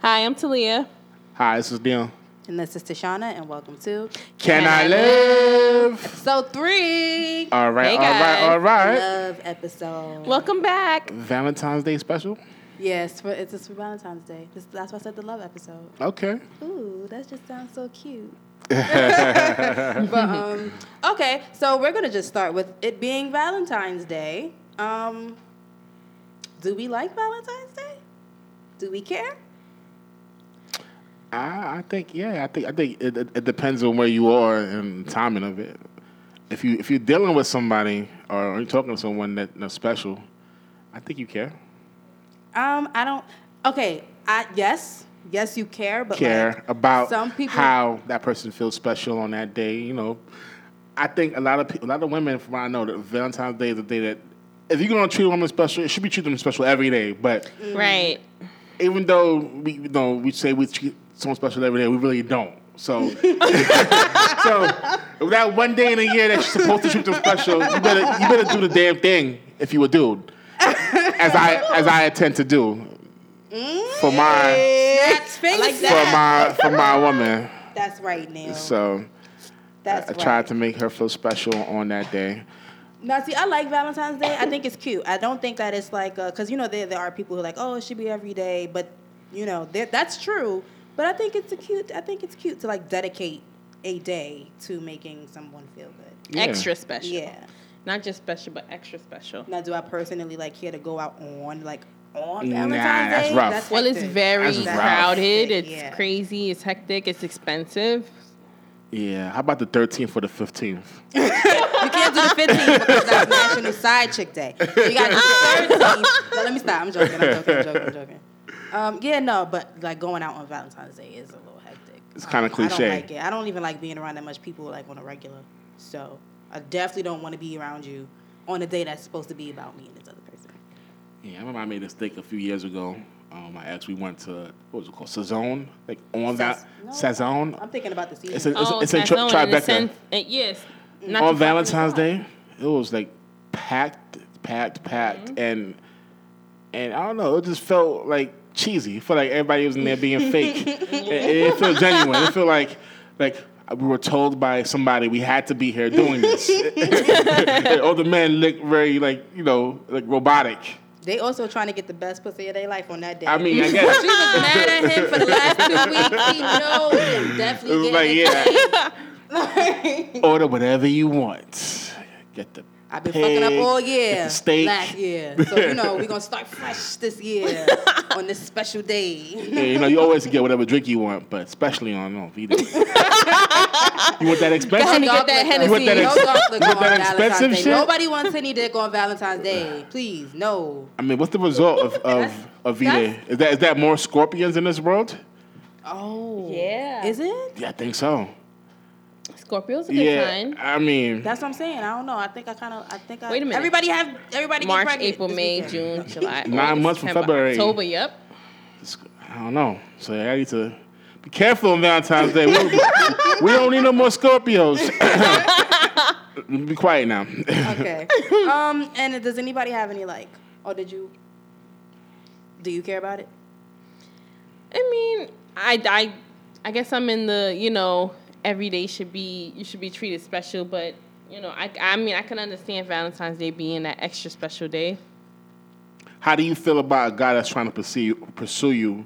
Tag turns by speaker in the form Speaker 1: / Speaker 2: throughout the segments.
Speaker 1: Hi, I'm Talia.
Speaker 2: Hi, this is Dion.
Speaker 3: And this is Tashana, and welcome to
Speaker 2: Can,
Speaker 1: Can
Speaker 2: I,
Speaker 1: I
Speaker 2: live?
Speaker 3: episode three
Speaker 2: All right,
Speaker 1: Hey,
Speaker 2: all right,
Speaker 1: guys.
Speaker 2: all right.
Speaker 3: love episode.
Speaker 1: Welcome back.
Speaker 2: Valentine's Day special.
Speaker 3: yes, for, it's just for Valentine's Day. This, that's why I said the love episode.
Speaker 2: Okay.
Speaker 3: Ooh, that just sounds so cute. but um, okay, so we're gonna just start with it being Valentine's Day. Um, do we like Valentine's Day? Do we care?
Speaker 2: I, I think yeah. I think I think it, it, it depends on where you are and the timing of it. If you if you're dealing with somebody or you're talking to someone that that's special, I think you care.
Speaker 3: Um, I don't. Okay, I yes, yes, you care, but
Speaker 2: care
Speaker 3: like,
Speaker 2: about
Speaker 3: some people.
Speaker 2: how that person feels special on that day. You know, I think a lot of people, a lot of women from what I know that Valentine's Day is a day that if you're gonna treat a woman special, it should be treating them special every day. But
Speaker 1: Right.
Speaker 2: even though we you know we say we treat someone special every day, we really don't. So, so that one day in a year that you're supposed to treat them special, you better you better do the damn thing if you a dude, as I as I intend to do for my
Speaker 3: That's
Speaker 1: like
Speaker 3: fingers.
Speaker 2: for my for my woman.
Speaker 3: That's right, Neil.
Speaker 2: So
Speaker 3: That's
Speaker 2: I
Speaker 3: right.
Speaker 2: tried to make her feel special on that day.
Speaker 3: Now, see, I like Valentine's Day. I think it's cute. I don't think that it's like, because, you know, there, there are people who are like, oh, it should be every day. But, you know, that- that's true. But I think it's a cute, I think it's cute to, like, dedicate a day to making someone feel good.
Speaker 2: Yeah.
Speaker 1: Extra special.
Speaker 3: Yeah.
Speaker 1: Not just special, but extra special.
Speaker 3: Now, do I personally, like, care to go out on, like, on
Speaker 2: Nah,
Speaker 3: Valentine's
Speaker 2: that's
Speaker 3: Day?
Speaker 2: rough.
Speaker 1: Well, it's
Speaker 3: hectic.
Speaker 1: very
Speaker 2: That's rough.
Speaker 1: crowded. It's
Speaker 3: Yeah.
Speaker 1: crazy. It's hectic. It's expensive.
Speaker 2: Yeah. How about the 13th or the 15th?
Speaker 3: You can't do the 15th because that's National Side Chick Day. So you got to do the 13th. No, let me stop. I'm joking. I'm joking. I'm joking. I'm joking. Um, yeah, no, but like going out on Valentine's Day is a little hectic.
Speaker 2: It's kinda
Speaker 3: Um, I
Speaker 2: cliche.
Speaker 3: don't like it. I don't even like being around that much people like on a regular. So I definitely don't want to be around you on a day that's supposed to be about me and this other person.
Speaker 2: Yeah, I remember I made a mistake a few years ago. Um, my ex, we went to what was it called? Sazone, like on that
Speaker 3: Saz-
Speaker 2: Sazone.
Speaker 3: I'm thinking about the season.
Speaker 2: It's a-
Speaker 1: oh,
Speaker 2: it's in Tri-
Speaker 1: Sazon in the
Speaker 2: Tribeca.
Speaker 1: sense- uh, yes.
Speaker 3: Mm.
Speaker 1: Not too
Speaker 2: on
Speaker 1: far from
Speaker 2: Valentine's
Speaker 1: the
Speaker 2: Day, it was like packed, packed, packed,
Speaker 1: Mm-hmm.
Speaker 2: and and I don't know, it just felt like cheesy. It felt like everybody was in there being fake. it, it felt genuine. It felt like like we were told by somebody we had to be here doing this. All the men looked very like you know like robotic.
Speaker 3: they also trying to get the best pussy of their life on that day.
Speaker 2: I mean, I guess
Speaker 3: she was mad at him for the last two weeks. He knows I'm
Speaker 2: it was
Speaker 3: definitely
Speaker 2: like
Speaker 3: getting
Speaker 2: yeah.
Speaker 3: it.
Speaker 2: order whatever you want. Get the.
Speaker 3: I've been
Speaker 2: pig,
Speaker 3: fucking up all
Speaker 2: Get
Speaker 3: year.
Speaker 2: the steak.
Speaker 3: Last year. So, you know, we're going to start fresh this year on this special day.
Speaker 2: Yeah, you know, you always get whatever drink you want, but especially on no, you, don't. you want that
Speaker 1: Let
Speaker 2: expensive?
Speaker 1: me get that
Speaker 3: liquor.
Speaker 1: Hennessy. You want
Speaker 2: that
Speaker 3: no
Speaker 2: ex-
Speaker 3: dark liquor
Speaker 2: you
Speaker 3: on
Speaker 2: want that expensive
Speaker 3: Valentine's Day.
Speaker 2: shit?
Speaker 3: Nobody wants any dick on Valentine's Day. Please, no.
Speaker 2: I mean, what's the result of of of V Day? Is that is that more scorpions in this world?
Speaker 3: Oh.
Speaker 1: Yeah.
Speaker 3: Is it?
Speaker 2: Yeah, I think so.
Speaker 1: Scorpio's a good
Speaker 2: Yeah,
Speaker 1: sign.
Speaker 2: I mean,
Speaker 3: That's what I'm saying. I don't know. I think I kind of, I think I.
Speaker 1: Wait a minute.
Speaker 3: Everybody have, everybody
Speaker 1: March,
Speaker 3: get pregnant
Speaker 1: April,
Speaker 3: this
Speaker 1: May,
Speaker 3: weekend.
Speaker 1: June, July.
Speaker 2: Nine
Speaker 1: August,
Speaker 2: months from
Speaker 1: September,
Speaker 2: February.
Speaker 1: October, yep.
Speaker 2: it's- I don't know. So I need to be careful on Valentine's Day. We, we don't need no more Scorpios. be quiet now.
Speaker 3: Okay. um, and does anybody have any, like, or did you, do you care about it?
Speaker 1: I mean, I, I, I guess I'm in the you know every day should be you should be treated special, but you know I I mean I can understand Valentine's Day being that extra special day.
Speaker 2: How do you feel about a guy that's trying to pursue pursue you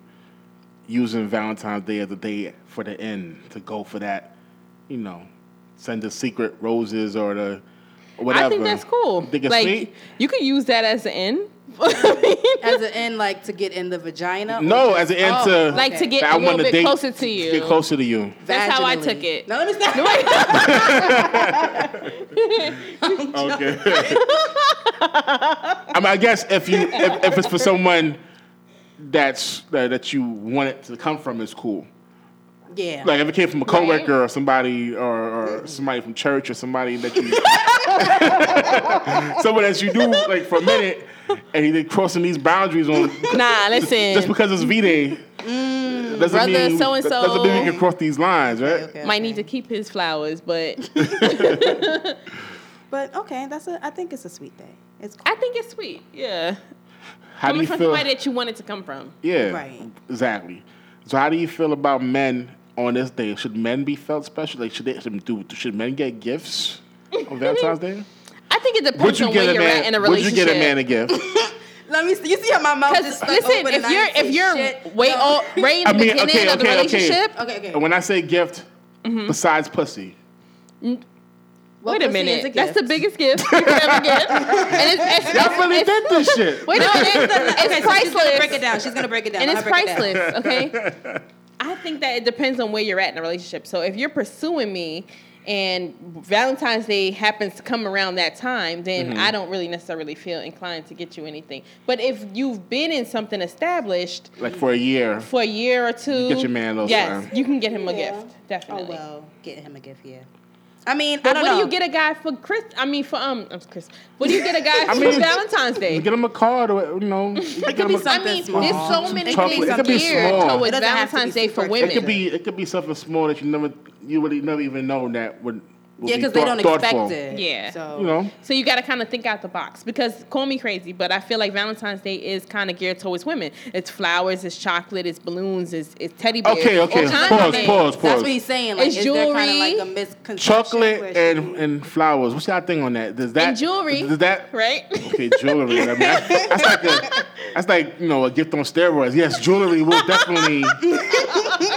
Speaker 2: using Valentine's Day as a day for the end to go for that, you know, send the secret roses or the whatever?
Speaker 1: I think that's cool.
Speaker 2: Think it's
Speaker 1: like
Speaker 2: sweet?
Speaker 1: you could use that as an end. I mean,
Speaker 3: As an end, like, to get in the vagina? or
Speaker 2: No, as an end
Speaker 3: Oh,
Speaker 2: to
Speaker 1: like to get
Speaker 2: I
Speaker 1: a little
Speaker 2: wanna
Speaker 1: bit
Speaker 2: date-
Speaker 1: closer to you.
Speaker 2: Get closer to you.
Speaker 1: That's how I
Speaker 3: vaginally.
Speaker 1: took it.
Speaker 3: No, let me stop.
Speaker 2: Okay. I mean, I guess if you if, if it's for someone that's that, that you want it to come from, it's cool.
Speaker 3: Yeah.
Speaker 2: Like if it came from a coworker or somebody or, or somebody from church or somebody that you someone that you do like for a minute and he's crossing these boundaries on
Speaker 1: nah,
Speaker 2: just
Speaker 1: listen,
Speaker 2: because it's V Day doesn't
Speaker 1: brother
Speaker 2: mean
Speaker 1: so-and-so.
Speaker 2: doesn't mean we can cross these lines, right?
Speaker 3: okay.
Speaker 1: might need to keep his flowers, but
Speaker 3: but okay, that's a. I think it's a sweet day. It's cool.
Speaker 1: I think it's sweet. Yeah,
Speaker 2: How do
Speaker 1: coming
Speaker 2: you
Speaker 1: from
Speaker 2: feel?
Speaker 1: somebody that you wanted to come from.
Speaker 2: yeah,
Speaker 3: Right.
Speaker 2: exactly. So how do you feel about men on this day? Should men be felt special? Like should they should, do should men get gifts on Valentine's Day?
Speaker 1: I think it
Speaker 2: Would
Speaker 1: depends
Speaker 2: you
Speaker 1: on where
Speaker 2: get a
Speaker 1: you're at in a
Speaker 2: man? Would you
Speaker 1: relationship.
Speaker 2: get a man a gift?
Speaker 3: Let me see. You see how my mouth is
Speaker 1: Because
Speaker 3: stuck
Speaker 1: listen,
Speaker 3: open
Speaker 1: if
Speaker 3: and I
Speaker 1: you're
Speaker 3: ain't
Speaker 1: if
Speaker 3: say
Speaker 1: you're
Speaker 3: shit.
Speaker 1: way
Speaker 3: No.
Speaker 1: old, way in the
Speaker 2: I mean,
Speaker 1: beginning
Speaker 2: okay,
Speaker 1: of the
Speaker 2: okay, okay.
Speaker 1: relationship,
Speaker 3: Okay, okay.
Speaker 2: And when I say gift, besides pussy,
Speaker 3: Well,
Speaker 1: wait a
Speaker 3: pussy is
Speaker 1: minute,
Speaker 3: gift.
Speaker 1: that's the biggest gift you could ever get. And it's, it's,
Speaker 2: y'all
Speaker 1: it's-
Speaker 2: really
Speaker 1: it's-
Speaker 2: did this shit.
Speaker 1: wait a minute,
Speaker 3: Okay,
Speaker 1: it's
Speaker 3: so She's gonna break
Speaker 1: priceless,
Speaker 3: it down. She's gonna break it down.
Speaker 1: and it's
Speaker 3: Let her break it down.
Speaker 1: priceless. Okay, I think that it depends on where you're at in a relationship. So if you're pursuing me. And Valentine's Day happens to come around that time, then
Speaker 2: Mm-hmm.
Speaker 1: I don't really necessarily feel inclined to get you anything. But if you've been in something established,
Speaker 2: Like for a year.
Speaker 1: for a year or two.
Speaker 2: get your man a little
Speaker 1: Yes,
Speaker 2: something.
Speaker 1: you can get him a
Speaker 3: Yeah.
Speaker 1: gift, definitely.
Speaker 3: Oh well, get him a gift. Yeah. I mean, I
Speaker 1: But
Speaker 3: don't
Speaker 1: what
Speaker 3: know.
Speaker 1: do you get a guy for Chris? I mean, for um, um, Chris. What do you get a guy
Speaker 2: I
Speaker 1: for
Speaker 2: mean,
Speaker 1: Valentine's Day?
Speaker 2: Get him a card or you know. It
Speaker 3: be
Speaker 2: him a,
Speaker 3: something
Speaker 1: I mean,
Speaker 3: small.
Speaker 1: there's so many
Speaker 2: Chocolate.
Speaker 1: things
Speaker 2: It could be
Speaker 1: geared
Speaker 2: small.
Speaker 1: towards
Speaker 3: It doesn't have to be
Speaker 1: Valentine's Day for
Speaker 3: super
Speaker 1: women.
Speaker 2: It could be it could be something small that you never you would never even know that would. would be
Speaker 3: Yeah, because they
Speaker 2: thought-
Speaker 3: don't expect
Speaker 2: thoughtful.
Speaker 3: it.
Speaker 1: Yeah.
Speaker 3: So
Speaker 2: You know.
Speaker 1: So you got to kind of think out the box because call me crazy, but I feel like Valentine's Day is kind of geared towards women. It's flowers, it's chocolate, it's balloons, it's, it's teddy bears.
Speaker 2: Okay,
Speaker 1: all
Speaker 2: okay.
Speaker 1: kinds of
Speaker 2: Pause,
Speaker 1: things.
Speaker 2: pause,
Speaker 3: that's what
Speaker 2: pause.
Speaker 3: he's saying. Like,
Speaker 1: It's
Speaker 3: is there kind of like
Speaker 1: jewelry,
Speaker 3: a misconception?
Speaker 2: Chocolate
Speaker 3: where she-
Speaker 2: and and flowers. What's y'all thing on that? Does that
Speaker 1: And jewelry,
Speaker 2: Does that
Speaker 1: right?
Speaker 2: Okay, jewelry. I mean, that's, that's like a, that's like you know a gift on steroids. Yes, jewelry will definitely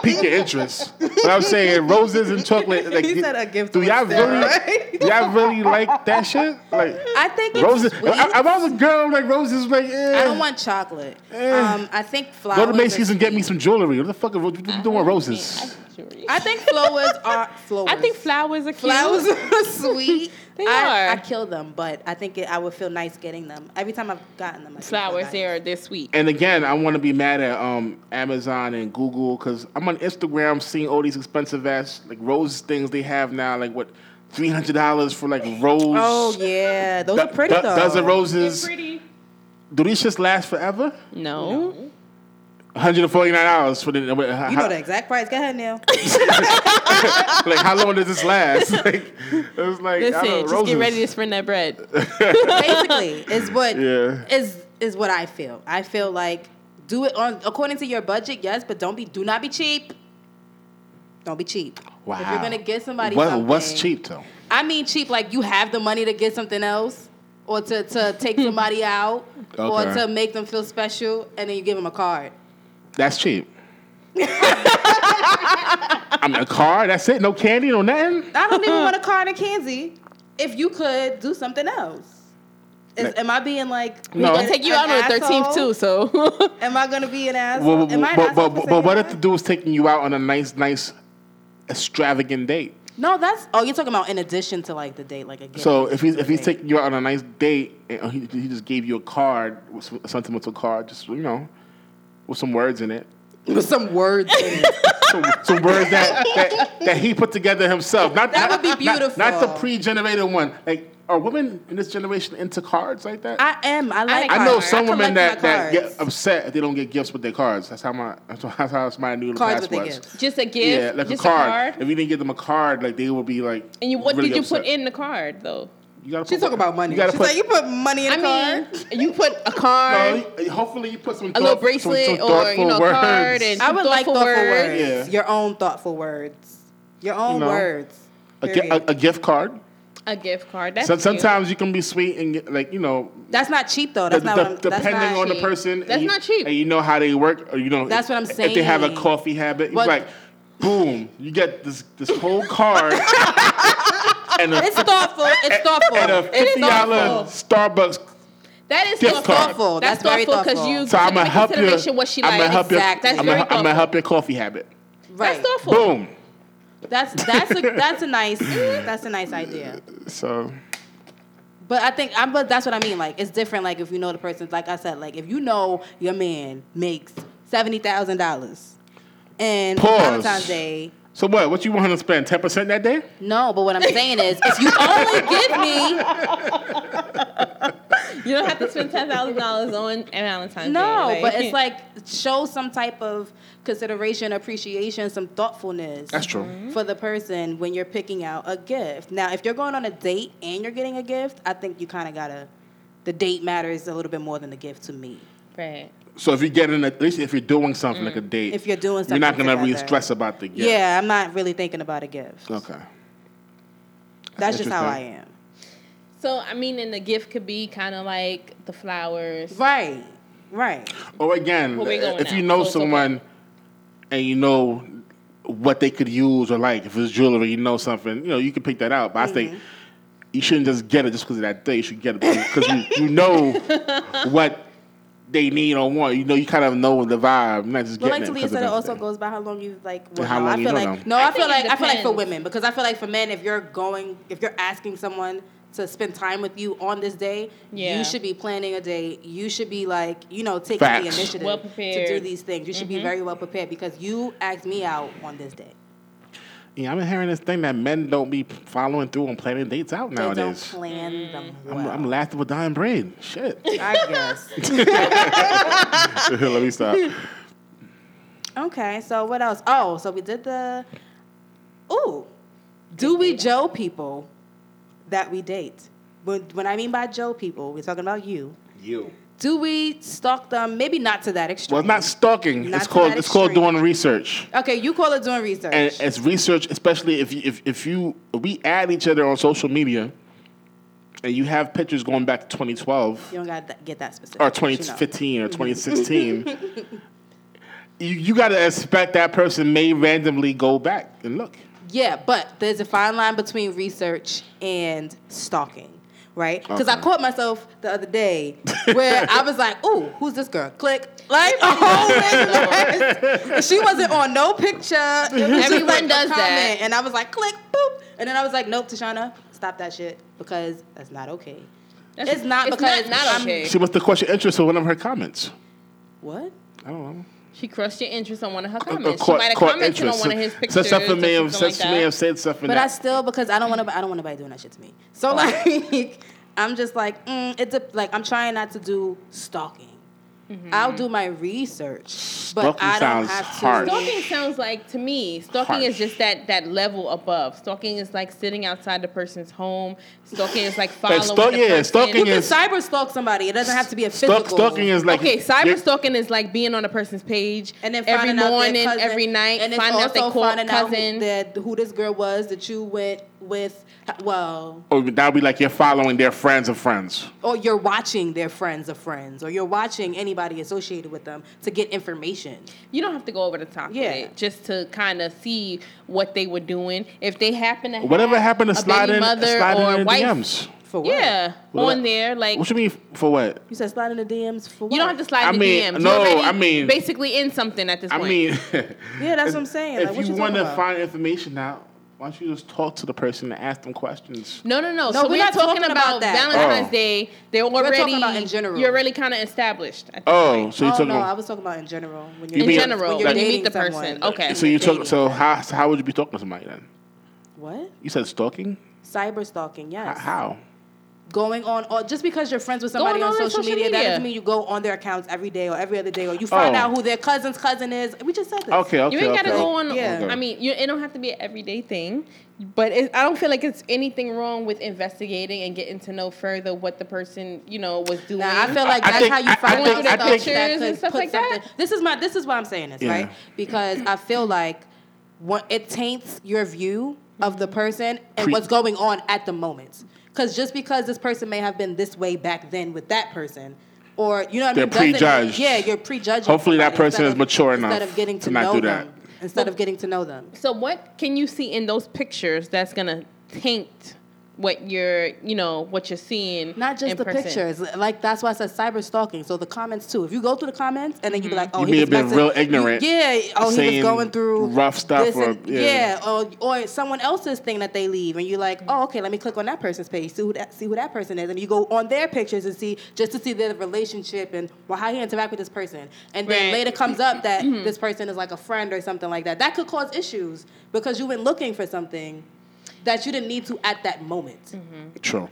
Speaker 2: pique your interest. But I'm saying roses and chocolate. Like,
Speaker 3: He said a gift
Speaker 2: Do
Speaker 3: on
Speaker 2: y'all really?
Speaker 3: steroids.
Speaker 2: Do y'all really like that shit? Like
Speaker 3: I think it's
Speaker 2: roses.
Speaker 3: Sweet.
Speaker 2: I, I was a girl. Like roses. Like eh.
Speaker 3: I don't want chocolate. Um, I think flowers.
Speaker 2: Go to Macy's
Speaker 3: are
Speaker 2: and get me
Speaker 3: sweet.
Speaker 2: some jewelry. What the fuck? are- What you doing with roses?
Speaker 3: I think flowers are flowers.
Speaker 1: I think flowers are cute.
Speaker 3: flowers are sweet.
Speaker 1: They
Speaker 3: I,
Speaker 1: are.
Speaker 3: I kill them, but I think it, I would feel nice getting them every time I've gotten them. I think they're
Speaker 1: flowers
Speaker 3: nice.
Speaker 1: there this week.
Speaker 2: And again, I want to be mad at um, Amazon and Google because I'm on Instagram seeing all these expensive ass like rose things they have now, like what three hundred dollars for like rose.
Speaker 3: Oh yeah, those
Speaker 2: do-
Speaker 3: are pretty
Speaker 2: do-
Speaker 3: though.
Speaker 2: Dozen roses. Do these just last forever?
Speaker 1: No.
Speaker 2: One hundred forty nine dollars for the. uh, You
Speaker 3: You know the exact price. Go ahead, Neil.
Speaker 2: Like how long does this last? like it was like I
Speaker 1: Listen,
Speaker 2: don't know,
Speaker 1: just
Speaker 2: roses.
Speaker 1: get ready to spend that bread.
Speaker 3: basically is what
Speaker 2: Yeah.
Speaker 3: is is what I feel. I feel like do it on according to your budget, yes, but don't be do not be cheap. Don't be cheap.
Speaker 2: Wow.
Speaker 3: If you're gonna get somebody
Speaker 2: What-
Speaker 3: something,
Speaker 2: what's cheap though?
Speaker 3: I mean cheap like you have the money to get something else or to, to take somebody out or
Speaker 2: Okay.
Speaker 3: to make them feel special and then you give them a card.
Speaker 2: That's cheap. I mean, a car. That's it. No candy. No nothing.
Speaker 3: I don't even want a card in Kansi. If you could do something else. Is,
Speaker 2: Like-
Speaker 3: am I being like
Speaker 2: No.
Speaker 1: I'll take you out
Speaker 3: an
Speaker 1: on the 13th
Speaker 3: asshole?
Speaker 1: too, so
Speaker 3: Am I gonna be an asshole?
Speaker 2: Well,
Speaker 3: Am I
Speaker 2: but, but,
Speaker 3: an asshole
Speaker 2: but,
Speaker 3: for
Speaker 2: but
Speaker 3: saying
Speaker 2: what
Speaker 3: that?
Speaker 2: if the dude was taking you out on a nice, nice, extravagant date?
Speaker 3: No, that's oh, you're talking about in addition to like the date, like again.
Speaker 2: So if he's if he's taking you out on a nice date and he, he just gave you a card, with some- a sentimental card, just you know, with some words in it,
Speaker 3: with some words in it.
Speaker 2: some, some words that, that that he put together himself. Not
Speaker 3: That
Speaker 2: not-
Speaker 3: would be
Speaker 2: not- Not, the
Speaker 3: beautiful.
Speaker 2: pre-generated one. Like are women in this generation into cards like that?
Speaker 3: I am. I like.
Speaker 2: I know
Speaker 1: cards.
Speaker 2: some
Speaker 3: I
Speaker 2: women that,
Speaker 3: collect my
Speaker 2: that get
Speaker 3: cards.
Speaker 2: upset if they don't get gifts with their cards. That's how my that's how- that's how my new
Speaker 3: Cards
Speaker 2: class
Speaker 3: with their
Speaker 2: was.
Speaker 3: gifts.
Speaker 1: just a gift,
Speaker 2: Yeah, like
Speaker 1: just
Speaker 2: a card.
Speaker 1: card.
Speaker 2: If you didn't give them a card, like they would be like.
Speaker 1: And you, what
Speaker 2: really
Speaker 1: did you
Speaker 2: upset.
Speaker 1: put in the card though?
Speaker 2: You gotta
Speaker 3: She's
Speaker 2: put-
Speaker 3: talking about money.
Speaker 2: You gotta
Speaker 3: She's
Speaker 2: put.
Speaker 3: like, you put money in
Speaker 1: I
Speaker 3: a card.
Speaker 1: mean, you put a card,
Speaker 2: no, you- hopefully you put some
Speaker 1: a little
Speaker 2: thought- some- some
Speaker 1: bracelet, or you
Speaker 2: thoughtful
Speaker 1: know, a
Speaker 2: words.
Speaker 1: card, and
Speaker 3: I
Speaker 1: some
Speaker 3: would like
Speaker 1: thoughtful
Speaker 3: thoughtful words.
Speaker 1: words.
Speaker 2: Yeah.
Speaker 3: Your own thoughtful words. Your own
Speaker 2: You know.
Speaker 3: words.
Speaker 2: a, gi-
Speaker 3: Period.
Speaker 2: a, a gift card.
Speaker 1: A gift card. That's
Speaker 2: So-
Speaker 1: cute.
Speaker 2: sometimes you can be sweet and get, like you know,
Speaker 3: that's not cheap though. That's
Speaker 2: de-
Speaker 3: not
Speaker 2: de-
Speaker 3: what I'm. That's
Speaker 2: depending
Speaker 3: not
Speaker 2: on the
Speaker 1: cheap.
Speaker 2: person. and
Speaker 1: That's
Speaker 2: you-
Speaker 1: not cheap.
Speaker 2: And you know how they work, or you know.
Speaker 3: That's what I'm
Speaker 2: If they have a
Speaker 3: saying.
Speaker 2: coffee habit, you're
Speaker 3: But-
Speaker 2: like, boom, you get this this whole card. and a,
Speaker 3: It's thoughtful. It's thoughtful.
Speaker 2: and a
Speaker 3: It's
Speaker 2: fifty dollar Starbucks
Speaker 1: That is
Speaker 2: Gift
Speaker 1: thoughtful.
Speaker 2: card.
Speaker 3: Thoughtful.
Speaker 1: That's,
Speaker 3: That's very
Speaker 1: thoughtful because
Speaker 3: thoughtful.
Speaker 1: you
Speaker 2: So
Speaker 1: took
Speaker 2: I'm gonna
Speaker 1: into
Speaker 2: help you.
Speaker 1: consideration what she
Speaker 2: I'm
Speaker 1: likes.
Speaker 2: gonna help you.
Speaker 3: Exactly.
Speaker 1: That's
Speaker 2: I'm
Speaker 1: very
Speaker 2: gonna, I'm
Speaker 1: thoughtful.
Speaker 2: gonna help your coffee habit.
Speaker 3: Right.
Speaker 1: That's thoughtful.
Speaker 2: Boom.
Speaker 3: That's that's a that's a nice that's a nice idea.
Speaker 2: So
Speaker 3: But I think I'm. But that's what I mean. Like it's different. Like if you know the person. Like I said. Like if you know your man makes seventy thousand dollars, and
Speaker 2: Pause.
Speaker 3: Valentine's Day.
Speaker 2: so what? What you want to spend? Ten percent that day?
Speaker 3: No, but what I'm saying is, if you only give me
Speaker 1: You don't have to spend ten thousand dollars on Valentine's
Speaker 3: no,
Speaker 1: Day.
Speaker 3: but it's like show some type of consideration, appreciation, some thoughtfulness.
Speaker 2: That's true.
Speaker 3: for the person when you're picking out a gift. Now, if you're going on a date and you're getting a gift, I think you kind of gotta. The date matters a little bit more than the gift to me.
Speaker 1: right.
Speaker 2: So if you get in, a, at least if you're doing something like a
Speaker 1: Mm.
Speaker 2: date,
Speaker 3: If you're doing
Speaker 2: you're not
Speaker 3: something
Speaker 2: gonna really
Speaker 3: together.
Speaker 2: stress about the gift.
Speaker 3: Yeah. I'm not really thinking about a gift.
Speaker 2: Okay.
Speaker 3: That's just how I
Speaker 2: Interesting.
Speaker 3: am.
Speaker 1: So I mean, and the gift could be kind of like the flowers.
Speaker 3: Right. Right.
Speaker 2: Or again,
Speaker 1: Where we going
Speaker 2: if
Speaker 1: now?
Speaker 2: you know
Speaker 1: Close up.
Speaker 2: someone and you know what they could use or like, if it's jewelry, you know something, you know, you can pick that out. But I
Speaker 3: Mm-hmm.
Speaker 2: think you shouldn't just get it just because of that day. You should get it because you, you know what they need or want. You know, you kind of know the vibe, not just
Speaker 3: Well,
Speaker 2: getting it.
Speaker 3: like Talia
Speaker 2: 'cause of
Speaker 3: said, it
Speaker 2: that
Speaker 3: also
Speaker 2: day.
Speaker 3: goes by how long you like. Well,
Speaker 2: how
Speaker 3: no,
Speaker 2: long
Speaker 3: I
Speaker 2: you
Speaker 3: feel
Speaker 2: know
Speaker 3: like
Speaker 2: them.
Speaker 3: no,
Speaker 1: I
Speaker 3: I, feel
Speaker 1: think
Speaker 3: like
Speaker 1: it
Speaker 3: I feel like for
Speaker 1: depends.
Speaker 3: women because I feel like for men, if you're going, if you're asking someone to spend time with you on this day,
Speaker 1: Yeah.
Speaker 3: you should be planning a day. You should be like, you know, taking the
Speaker 2: Facts.
Speaker 3: initiative
Speaker 1: Well
Speaker 3: to do
Speaker 1: prepared. Mm-hmm.
Speaker 3: these things. You should be very well prepared because you asked me out on this day.
Speaker 2: Yeah, I've been hearing this thing that men don't be following through and planning dates out
Speaker 3: They don't
Speaker 2: nowadays.
Speaker 3: plan them well.
Speaker 2: I'm, I'm laughing with dying brain. Shit.
Speaker 3: I guess.
Speaker 2: Let me stop.
Speaker 3: Okay, so what else? Oh, so we did the. Ooh, do we Joe people that we date? When, when I mean by Joe people, we're talking about you.
Speaker 2: You.
Speaker 3: Do we stalk them? Maybe not to that extreme.
Speaker 2: Well, it's not stalking.
Speaker 3: Not
Speaker 2: it's
Speaker 3: to
Speaker 2: called
Speaker 3: that
Speaker 2: it's called
Speaker 3: extreme.
Speaker 2: doing research.
Speaker 3: Okay, you call it doing research.
Speaker 2: and it's research, especially if you, if if you we add each other on social media, and you have pictures going back to 2012
Speaker 3: you don't gotta th- get that specific.
Speaker 2: or
Speaker 3: but you
Speaker 1: Mm-hmm.
Speaker 2: 2015
Speaker 3: know.
Speaker 2: or 2016. you you got to expect that person may randomly go back and look.
Speaker 3: Yeah, but there's a fine line between research and stalking, right? Because I
Speaker 2: Okay.
Speaker 3: caught myself the other day where I was like, "Ooh, who's this girl?" Click, like a whole thing. list. She wasn't on no picture. It was just
Speaker 1: Everyone
Speaker 3: like a
Speaker 1: does that.
Speaker 3: comment. and I was like, "Click, boop," and then I was like, "Nope, Tashana, stop that shit because that's not okay."
Speaker 1: That's-
Speaker 3: it's not because
Speaker 1: not,
Speaker 3: I'm-
Speaker 1: okay.
Speaker 2: She must have caught your interest in one of her comments.
Speaker 3: What?
Speaker 2: I don't know.
Speaker 1: She crushed your interest on one of her
Speaker 2: Or
Speaker 1: comments.
Speaker 2: caught-
Speaker 1: she might have
Speaker 2: caught
Speaker 1: commented on
Speaker 2: interest.
Speaker 1: one of his pictures.
Speaker 2: Said something may
Speaker 1: or
Speaker 2: have,
Speaker 1: something
Speaker 2: said,
Speaker 1: like
Speaker 2: may
Speaker 1: that.
Speaker 2: have said something.
Speaker 3: But I
Speaker 2: that,
Speaker 3: still because I don't want to. I don't want nobody doing that shit to me. So like, I'm just like, mm, it's a, like I'm trying not to do stalking.
Speaker 1: Mm-hmm.
Speaker 3: I'll do my research, but
Speaker 2: Stalking
Speaker 3: I don't
Speaker 2: sounds
Speaker 3: have to.
Speaker 2: harsh.
Speaker 1: Stalking sounds like to me, stalking is
Speaker 2: Harsh.
Speaker 1: just that that level above. Stalking is like sitting outside the person's home. Stalking is like following.
Speaker 2: Like, stalk-
Speaker 1: the
Speaker 2: yeah,
Speaker 1: person.
Speaker 2: stalking
Speaker 3: You can
Speaker 2: is-
Speaker 3: cyber stalk somebody. It doesn't have to be a physical.
Speaker 2: Stalk, stalking is like
Speaker 1: okay, cyber
Speaker 2: you're-
Speaker 1: stalking is like being on a person's page
Speaker 3: And then
Speaker 1: every
Speaker 3: finding out their
Speaker 1: morning,
Speaker 3: cousin,
Speaker 1: every night,
Speaker 3: and it's
Speaker 1: finding out they
Speaker 3: also
Speaker 1: call
Speaker 3: finding out
Speaker 1: cousin.
Speaker 3: that who this girl was that you went with. Well,
Speaker 2: Or that would be like you're following their friends of friends.
Speaker 3: or you're watching their friends of friends, or you're watching anybody associated with them to get information.
Speaker 1: you don't have to go over the top
Speaker 3: Yeah.
Speaker 1: with it just to kind of see what they were doing. If they happen to have
Speaker 2: Whatever happened to
Speaker 1: a baby
Speaker 2: sliding,
Speaker 1: mother
Speaker 2: sliding
Speaker 1: or
Speaker 2: in the
Speaker 1: wife,
Speaker 2: DMs?
Speaker 3: For what?
Speaker 1: yeah,
Speaker 2: What
Speaker 1: on
Speaker 2: about-
Speaker 1: there like.
Speaker 2: What you mean for what?
Speaker 3: You said slide in the DMs for what?
Speaker 1: You don't have to slide
Speaker 2: I
Speaker 1: in the
Speaker 2: mean,
Speaker 1: DMs.
Speaker 2: no,
Speaker 1: You're already
Speaker 2: I mean-
Speaker 1: basically in something at this
Speaker 2: I
Speaker 1: point.
Speaker 2: mean,
Speaker 3: Yeah, that's what I'm saying.
Speaker 2: if
Speaker 3: Like, what
Speaker 2: you
Speaker 3: you
Speaker 2: want to
Speaker 3: talking about?
Speaker 2: find information out, why don't you just talk to the person and ask them questions?
Speaker 1: No, no, no.
Speaker 3: No,
Speaker 1: so
Speaker 3: we're
Speaker 1: we're,
Speaker 3: not
Speaker 1: talking,
Speaker 3: talking
Speaker 1: about,
Speaker 3: about that.
Speaker 1: Valentine's
Speaker 2: Oh.
Speaker 1: Day. They're already
Speaker 3: about in general.
Speaker 1: You're really kind of established. At this
Speaker 2: Oh, so
Speaker 3: oh
Speaker 2: you're talking.
Speaker 3: no, I was talking about in general. When you're
Speaker 2: You
Speaker 1: in
Speaker 2: mean-
Speaker 1: general,
Speaker 2: when
Speaker 1: when, you
Speaker 2: you're
Speaker 3: dating
Speaker 1: meet the
Speaker 3: someone.
Speaker 1: person. Okay.
Speaker 2: so you talk.
Speaker 3: dating.
Speaker 2: So how so how would you be talking to somebody then?
Speaker 3: What?
Speaker 2: You said stalking.
Speaker 3: Cyber stalking?
Speaker 2: H-
Speaker 3: Yes.
Speaker 2: How?
Speaker 3: Going on, or just because you're friends with somebody
Speaker 1: Going
Speaker 3: on,
Speaker 1: on in
Speaker 3: social,
Speaker 1: social
Speaker 3: media, that
Speaker 1: media.
Speaker 3: doesn't mean you go on their accounts every day or every other day, or you find
Speaker 2: Oh.
Speaker 3: out who their cousin's cousin is. We just said this.
Speaker 2: Okay, okay.
Speaker 1: You ain't gotta
Speaker 2: okay.
Speaker 1: go on.
Speaker 3: Yeah.
Speaker 1: I mean, you, it don't have to be an everyday thing, but it, I don't feel like it's anything wrong with investigating and getting to know further what the person, you know, was doing.
Speaker 3: Nah, I feel like
Speaker 2: I
Speaker 3: that's
Speaker 2: think-
Speaker 3: how you
Speaker 2: I- I
Speaker 3: find
Speaker 2: think-
Speaker 3: out
Speaker 2: I
Speaker 3: stuff
Speaker 2: think-
Speaker 3: that
Speaker 1: Pictures
Speaker 3: could
Speaker 1: and stuff
Speaker 3: put
Speaker 1: like that?
Speaker 3: something. This is my. This is why I'm saying this,
Speaker 2: Yeah.
Speaker 3: right? Because I feel like what it taints your view of the person and
Speaker 2: Pre-
Speaker 3: what's going on at the moment. Because just because this person may have been this way back then with that person. Or you know what
Speaker 2: They're
Speaker 3: I mean? doesn't-
Speaker 2: prejudged.
Speaker 3: Yeah, you're prejudging.
Speaker 2: Hopefully that
Speaker 3: somebody
Speaker 2: person
Speaker 3: instead
Speaker 2: is mature
Speaker 3: instead
Speaker 2: enough
Speaker 3: of getting to,
Speaker 2: to not
Speaker 3: know
Speaker 2: do
Speaker 3: them.
Speaker 2: that.
Speaker 3: Instead of getting to know them.
Speaker 1: So what can you see in those pictures that's gonna taint what you're, you know, what you're seeing?
Speaker 3: Not just
Speaker 1: in
Speaker 3: the
Speaker 1: person?
Speaker 3: pictures. Like that's why I said cyber stalking. So the comments too. If you go through the comments and then
Speaker 1: Mm-hmm.
Speaker 3: you be like, oh,
Speaker 2: You
Speaker 3: he
Speaker 2: may
Speaker 3: was
Speaker 2: have been
Speaker 3: messing-
Speaker 2: real ignorant,
Speaker 3: You- yeah. Oh, he
Speaker 2: saying
Speaker 3: was going through
Speaker 2: rough stuff
Speaker 3: this
Speaker 2: or-
Speaker 3: and-
Speaker 2: yeah.
Speaker 3: yeah. Or or someone else's thing that they leave, and you're like, oh, okay, let me click on that person's page, see who that see who that person is, and you go on their pictures and see just to see their relationship and well how he interact with this person, and then
Speaker 1: Right. Mm-hmm.
Speaker 3: later comes up that this person is like a friend or something like that. That could cause issues because you went looking for something that you didn't need to at that moment.
Speaker 1: Mm-hmm.
Speaker 2: True.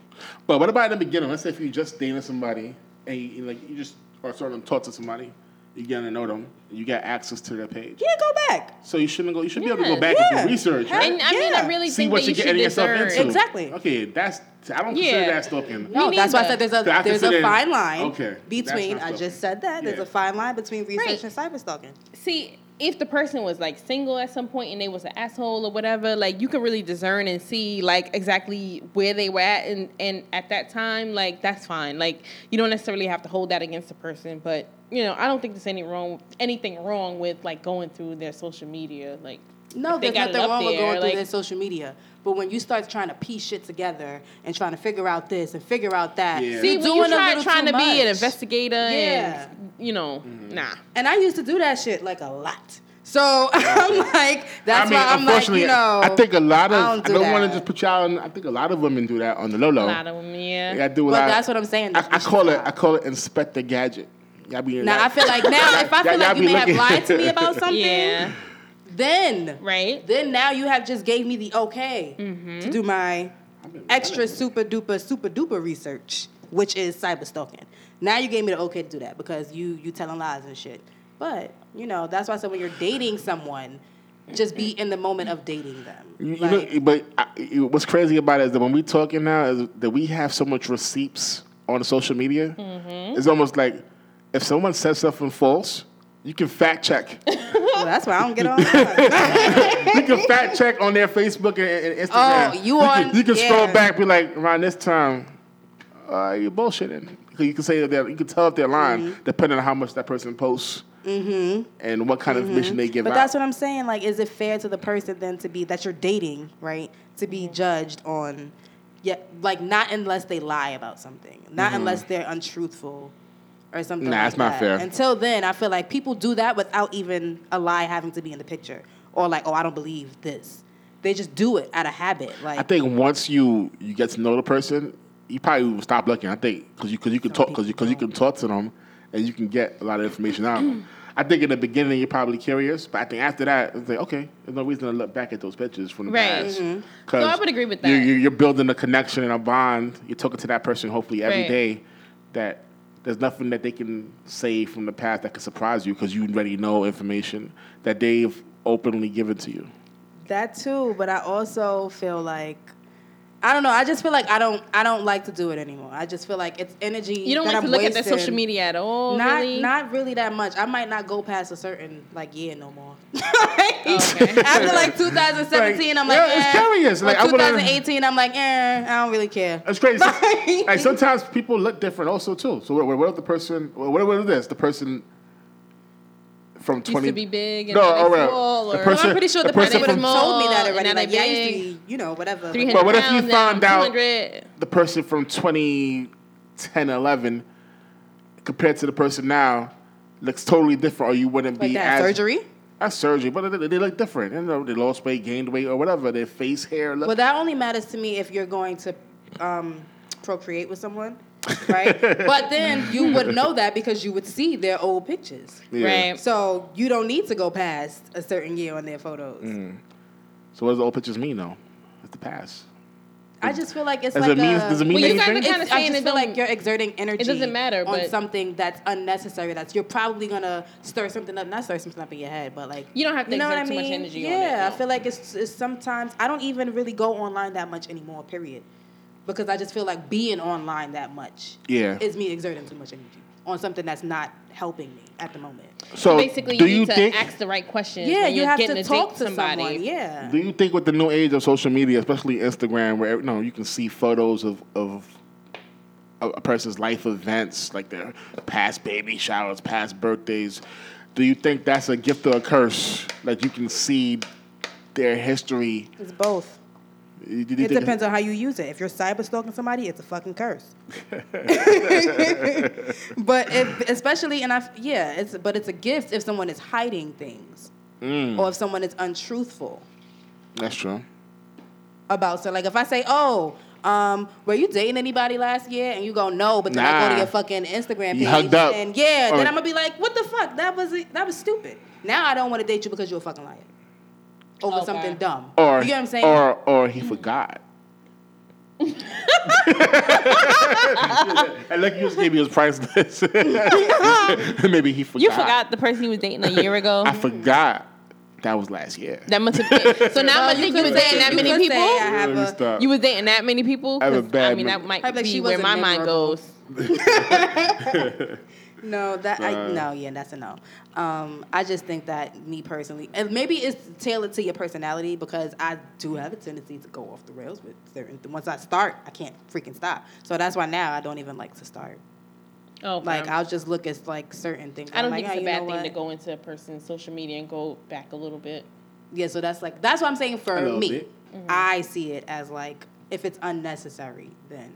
Speaker 2: But what about in the beginning? Let's say if you just dating somebody and you, like you just are starting to talk to somebody you're getting to know them. You got access to their page.
Speaker 3: Yeah, go back.
Speaker 2: So you shouldn't go. You should be able to
Speaker 1: Yeah.
Speaker 2: go back
Speaker 3: Yeah.
Speaker 2: and do research,
Speaker 3: Hell
Speaker 2: right?
Speaker 1: And I mean,
Speaker 3: Yeah.
Speaker 1: I really
Speaker 2: See
Speaker 1: think
Speaker 2: what
Speaker 1: that
Speaker 2: you're
Speaker 1: you should
Speaker 2: getting yourself
Speaker 1: deserve.
Speaker 2: into.
Speaker 3: Exactly.
Speaker 2: Okay, that's. I don't consider
Speaker 1: Yeah.
Speaker 2: that stalking.
Speaker 1: Me
Speaker 3: No, that's why I
Speaker 1: neither.
Speaker 3: said there's a
Speaker 2: So I
Speaker 3: there's a
Speaker 2: consider-
Speaker 3: fine line
Speaker 2: okay, that's
Speaker 3: between.
Speaker 2: not
Speaker 3: I
Speaker 2: stalking.
Speaker 3: just said that there's
Speaker 2: Yeah.
Speaker 3: a fine line between research
Speaker 1: Right.
Speaker 3: and cyberstalking.
Speaker 1: See, if the person was like single at some point and they was an asshole or whatever, like you can really discern and see like exactly where they were at and and at that time, like that's fine. Like you don't necessarily have to hold that against the person, but you know, I don't think there's any wrong anything wrong with like going through their social media, like
Speaker 3: No,
Speaker 1: if they
Speaker 3: there's
Speaker 1: got it
Speaker 3: nothing
Speaker 1: up
Speaker 3: wrong with
Speaker 1: there,
Speaker 3: going
Speaker 1: like-
Speaker 3: through their social media. But when you start trying to piece shit together and trying to figure out this and figure out that,
Speaker 2: Yeah.
Speaker 1: See,
Speaker 3: you're
Speaker 1: when you
Speaker 3: doing a
Speaker 1: try
Speaker 3: little
Speaker 1: trying
Speaker 3: too
Speaker 1: to be an
Speaker 3: much.
Speaker 1: investigator
Speaker 3: Yeah.
Speaker 1: and you know, nah.
Speaker 3: And I used to do that shit like a lot. So I'm like, that's
Speaker 2: I mean,
Speaker 3: why I'm like,
Speaker 2: unfortunately,
Speaker 3: you know,
Speaker 2: I think a lot of. I
Speaker 3: I
Speaker 2: don't,
Speaker 3: don't do
Speaker 2: want to
Speaker 3: that.
Speaker 2: just put y'all. In, I think a lot of women do that on the low
Speaker 1: A
Speaker 2: low.
Speaker 1: lot of them, yeah.
Speaker 2: I do a
Speaker 3: But
Speaker 2: lot.
Speaker 3: that's what I'm saying,
Speaker 2: I,
Speaker 3: that
Speaker 2: I
Speaker 3: we should
Speaker 2: call it.
Speaker 3: stop.
Speaker 2: I call it Inspector Gadget. Y'all be in
Speaker 3: now I
Speaker 2: that-
Speaker 3: feel like now if
Speaker 2: Y'all-
Speaker 3: I feel
Speaker 2: y'all
Speaker 3: like you
Speaker 2: be
Speaker 3: may have
Speaker 2: looking-
Speaker 3: lied to me about something,
Speaker 1: Yeah.
Speaker 3: then
Speaker 1: Right.
Speaker 3: then now you have just gave me the okay to do my extra super duper super duper research, which is cyber stalking. Now you gave me the okay to do that because you you telling lies and shit. But you know that's why I said when you're dating someone, just be in the moment of dating them.
Speaker 2: You- you
Speaker 3: Like,
Speaker 2: know, but I, you- what's crazy about it is that when we talking now, is that we have so much receipts on the social media.
Speaker 1: Mm-hmm.
Speaker 2: It's almost like if someone says something false, you can fact check.
Speaker 3: well, that's why I don't get on.
Speaker 2: you can fact check on their Facebook and, and Instagram.
Speaker 3: Oh, you
Speaker 2: can-
Speaker 3: on-
Speaker 2: You can scroll
Speaker 3: yeah.
Speaker 2: back, be like, around this time, uh, you're bullshitting. 'Cause You can say that they're- you can tell if they're lying,
Speaker 3: Mm-hmm.
Speaker 2: depending on how much that person posts and what kind of information they give
Speaker 3: Mm-hmm. But
Speaker 2: out.
Speaker 3: that's what I'm saying. Like, is it fair to the person then to be that you're dating, right? To be judged on, yeah, like not unless they lie about something, not unless they're untruthful or something.
Speaker 2: Mm-hmm. Nah,
Speaker 3: like
Speaker 2: it's not
Speaker 3: that.
Speaker 2: fair.
Speaker 3: Until then, I feel like people do that without even a lie having to be in the picture, or like, oh, I don't believe this. They just do it out of habit. Like,
Speaker 2: I think once you you get to know the person, you probably will stop looking. I think because you because you can talk because you because you can talk to them and you can get a lot of information out. of them. I think in the beginning you're probably curious, but I think after that it's like okay, there's no reason to look back at those pictures from the
Speaker 1: Right.
Speaker 2: past.
Speaker 1: Mhm.
Speaker 2: 'Cause
Speaker 1: So I would agree with
Speaker 2: You,
Speaker 1: that.
Speaker 2: you, you're building a connection and a bond. You're talking to that person hopefully every
Speaker 1: Right.
Speaker 2: day. That there's nothing that they can say from the past that could surprise you because you already know information that they've openly given to you.
Speaker 3: That too, but I also feel like I don't know. I just feel like I don't. I don't like to do it anymore. I just feel like it's energy.
Speaker 1: You don't
Speaker 3: that
Speaker 1: like
Speaker 3: I'm
Speaker 1: to look
Speaker 3: wasting.
Speaker 1: at their social media at all.
Speaker 3: Not
Speaker 1: really?
Speaker 3: not really that much. I might not go past a certain like year no more.
Speaker 1: Okay.
Speaker 3: After like 2017,
Speaker 2: Like,
Speaker 3: I'm like,
Speaker 2: yeah, it's
Speaker 3: eh.
Speaker 2: curious.
Speaker 3: Or
Speaker 2: Like, I would've-
Speaker 3: 2018, I'm like, eh, I don't really care.
Speaker 2: That's crazy.
Speaker 3: Right.
Speaker 2: like sometimes people look different also too. So what, what if the person? What, what is this? The person from
Speaker 1: used
Speaker 2: twenty
Speaker 1: to be big and
Speaker 2: No,
Speaker 1: now they
Speaker 2: all right.
Speaker 1: small,
Speaker 2: The
Speaker 1: or-
Speaker 2: person-
Speaker 3: I'm pretty sure
Speaker 2: the
Speaker 3: the, person
Speaker 2: person
Speaker 3: would have
Speaker 1: from-
Speaker 3: told me that
Speaker 1: and
Speaker 3: already.
Speaker 1: now they
Speaker 3: Like, yeah, I used to
Speaker 1: big.
Speaker 3: be, you know, whatever.
Speaker 1: Three hundred.
Speaker 2: But what if you found out- the person from 2010, 11 compared to the person now looks totally different, or you wouldn't
Speaker 3: But
Speaker 2: be
Speaker 3: that
Speaker 2: as,
Speaker 3: surgery.
Speaker 2: That's surgery, but they, they look different. You know, they lost weight, gained weight, or whatever. Their face, hair, look.
Speaker 3: Well, that only matters to me if you're going to um, procreate with someone, right? but then you would know that because you would see their old pictures.
Speaker 2: Yeah.
Speaker 1: Right.
Speaker 3: So you don't need to go past a certain year on their photos.
Speaker 2: So what does the old pictures mean though? It's the past.
Speaker 3: I just feel like it's
Speaker 2: Does
Speaker 3: like
Speaker 2: it mean?
Speaker 3: a,
Speaker 2: does it mean
Speaker 1: Well, you guys
Speaker 2: anything?
Speaker 1: are kinda
Speaker 3: It's- I
Speaker 1: saying
Speaker 3: just
Speaker 1: it
Speaker 3: feel like
Speaker 1: don't-
Speaker 3: you're exerting energy.
Speaker 1: doesn't matter,
Speaker 3: on
Speaker 1: but-
Speaker 3: something that's unnecessary. That's you're probably gonna stir something up, not stir something up in your head, but like
Speaker 1: You don't have to
Speaker 3: you know what I
Speaker 1: exert too
Speaker 3: mean?
Speaker 1: much energy on it,
Speaker 3: Yeah,
Speaker 1: no.
Speaker 3: I feel like it's, it's sometimes I don't even really go online that much anymore. Period, because I just feel like being online that much
Speaker 2: Yeah.
Speaker 3: is me exerting too much energy on something that's not helping me at the moment.
Speaker 2: so
Speaker 1: Basically,
Speaker 2: do
Speaker 1: you
Speaker 2: you
Speaker 1: need to
Speaker 2: think?
Speaker 1: ask the right questions.
Speaker 3: Yeah,
Speaker 1: when
Speaker 3: you
Speaker 1: you're
Speaker 3: have
Speaker 1: getting
Speaker 3: to
Speaker 1: date
Speaker 3: talk to
Speaker 1: somebody.
Speaker 3: someone. Yeah,
Speaker 2: Do you think with the new age of social media, especially Instagram, where you know you can see photos of of a, a person's life events, like their past baby showers, past birthdays, do you think that's a gift or a curse? Like you can see their history.
Speaker 3: it's both.
Speaker 2: Do you
Speaker 3: It
Speaker 2: think-
Speaker 3: depends on how you use it. If you're cyber stalking somebody, it's a fucking curse. but if, especially, and I, yeah, it's but it's a gift if someone is hiding things
Speaker 2: Mm.
Speaker 3: or if someone is untruthful
Speaker 2: That's true.
Speaker 3: about. So, like, if I say, oh. Um, were you dating anybody last year? And you go no, but then I go
Speaker 2: Nah.
Speaker 3: to your fucking Instagram page
Speaker 2: You hugged up.
Speaker 3: and yeah,
Speaker 2: Or-
Speaker 3: then I'm gonna be like, what the fuck? That was that was stupid. Now I don't want to date you because you're a fucking liar over
Speaker 1: Okay.
Speaker 3: something dumb.
Speaker 2: Or
Speaker 3: you get what I'm saying?
Speaker 2: Or or he forgot. I like you just gave me his price list. Maybe he forgot.
Speaker 1: You forgot the person you was dating a year ago.
Speaker 2: I forgot. That was last year.
Speaker 1: that must have been. So now I think you was
Speaker 3: could say-
Speaker 1: dating that
Speaker 3: you
Speaker 1: many
Speaker 3: could say I
Speaker 1: people.
Speaker 3: have
Speaker 2: Let me
Speaker 3: a-
Speaker 2: stop.
Speaker 1: You was dating that many people.
Speaker 2: I have a
Speaker 1: 'Cause,
Speaker 2: bad
Speaker 1: I mean,
Speaker 2: mem-
Speaker 1: that might
Speaker 3: I'd be like,
Speaker 1: be
Speaker 3: she
Speaker 1: where my
Speaker 3: wasn't
Speaker 1: mind
Speaker 3: memorable.
Speaker 1: goes.
Speaker 3: No, that I
Speaker 2: Uh,
Speaker 3: no, yeah, that's a no. Um, I just think that me personally, and maybe it's tailored to your personality because I do have a tendency to go off the rails with certain. Once I start, I can't freaking stop. So that's why now I don't even like to start.
Speaker 1: Oh,
Speaker 3: Like I'll just look at like certain things.
Speaker 1: I don't
Speaker 3: I'm
Speaker 1: think
Speaker 3: like,
Speaker 1: it's a
Speaker 3: "Ah, you
Speaker 1: bad
Speaker 3: know
Speaker 1: thing
Speaker 3: what?"
Speaker 1: to go into a person's social media and go back a little bit.
Speaker 3: Yeah, so that's like that's what I'm saying for
Speaker 2: A little
Speaker 3: me.
Speaker 2: bit.
Speaker 1: Mm-hmm.
Speaker 3: I see it as like if it's unnecessary, then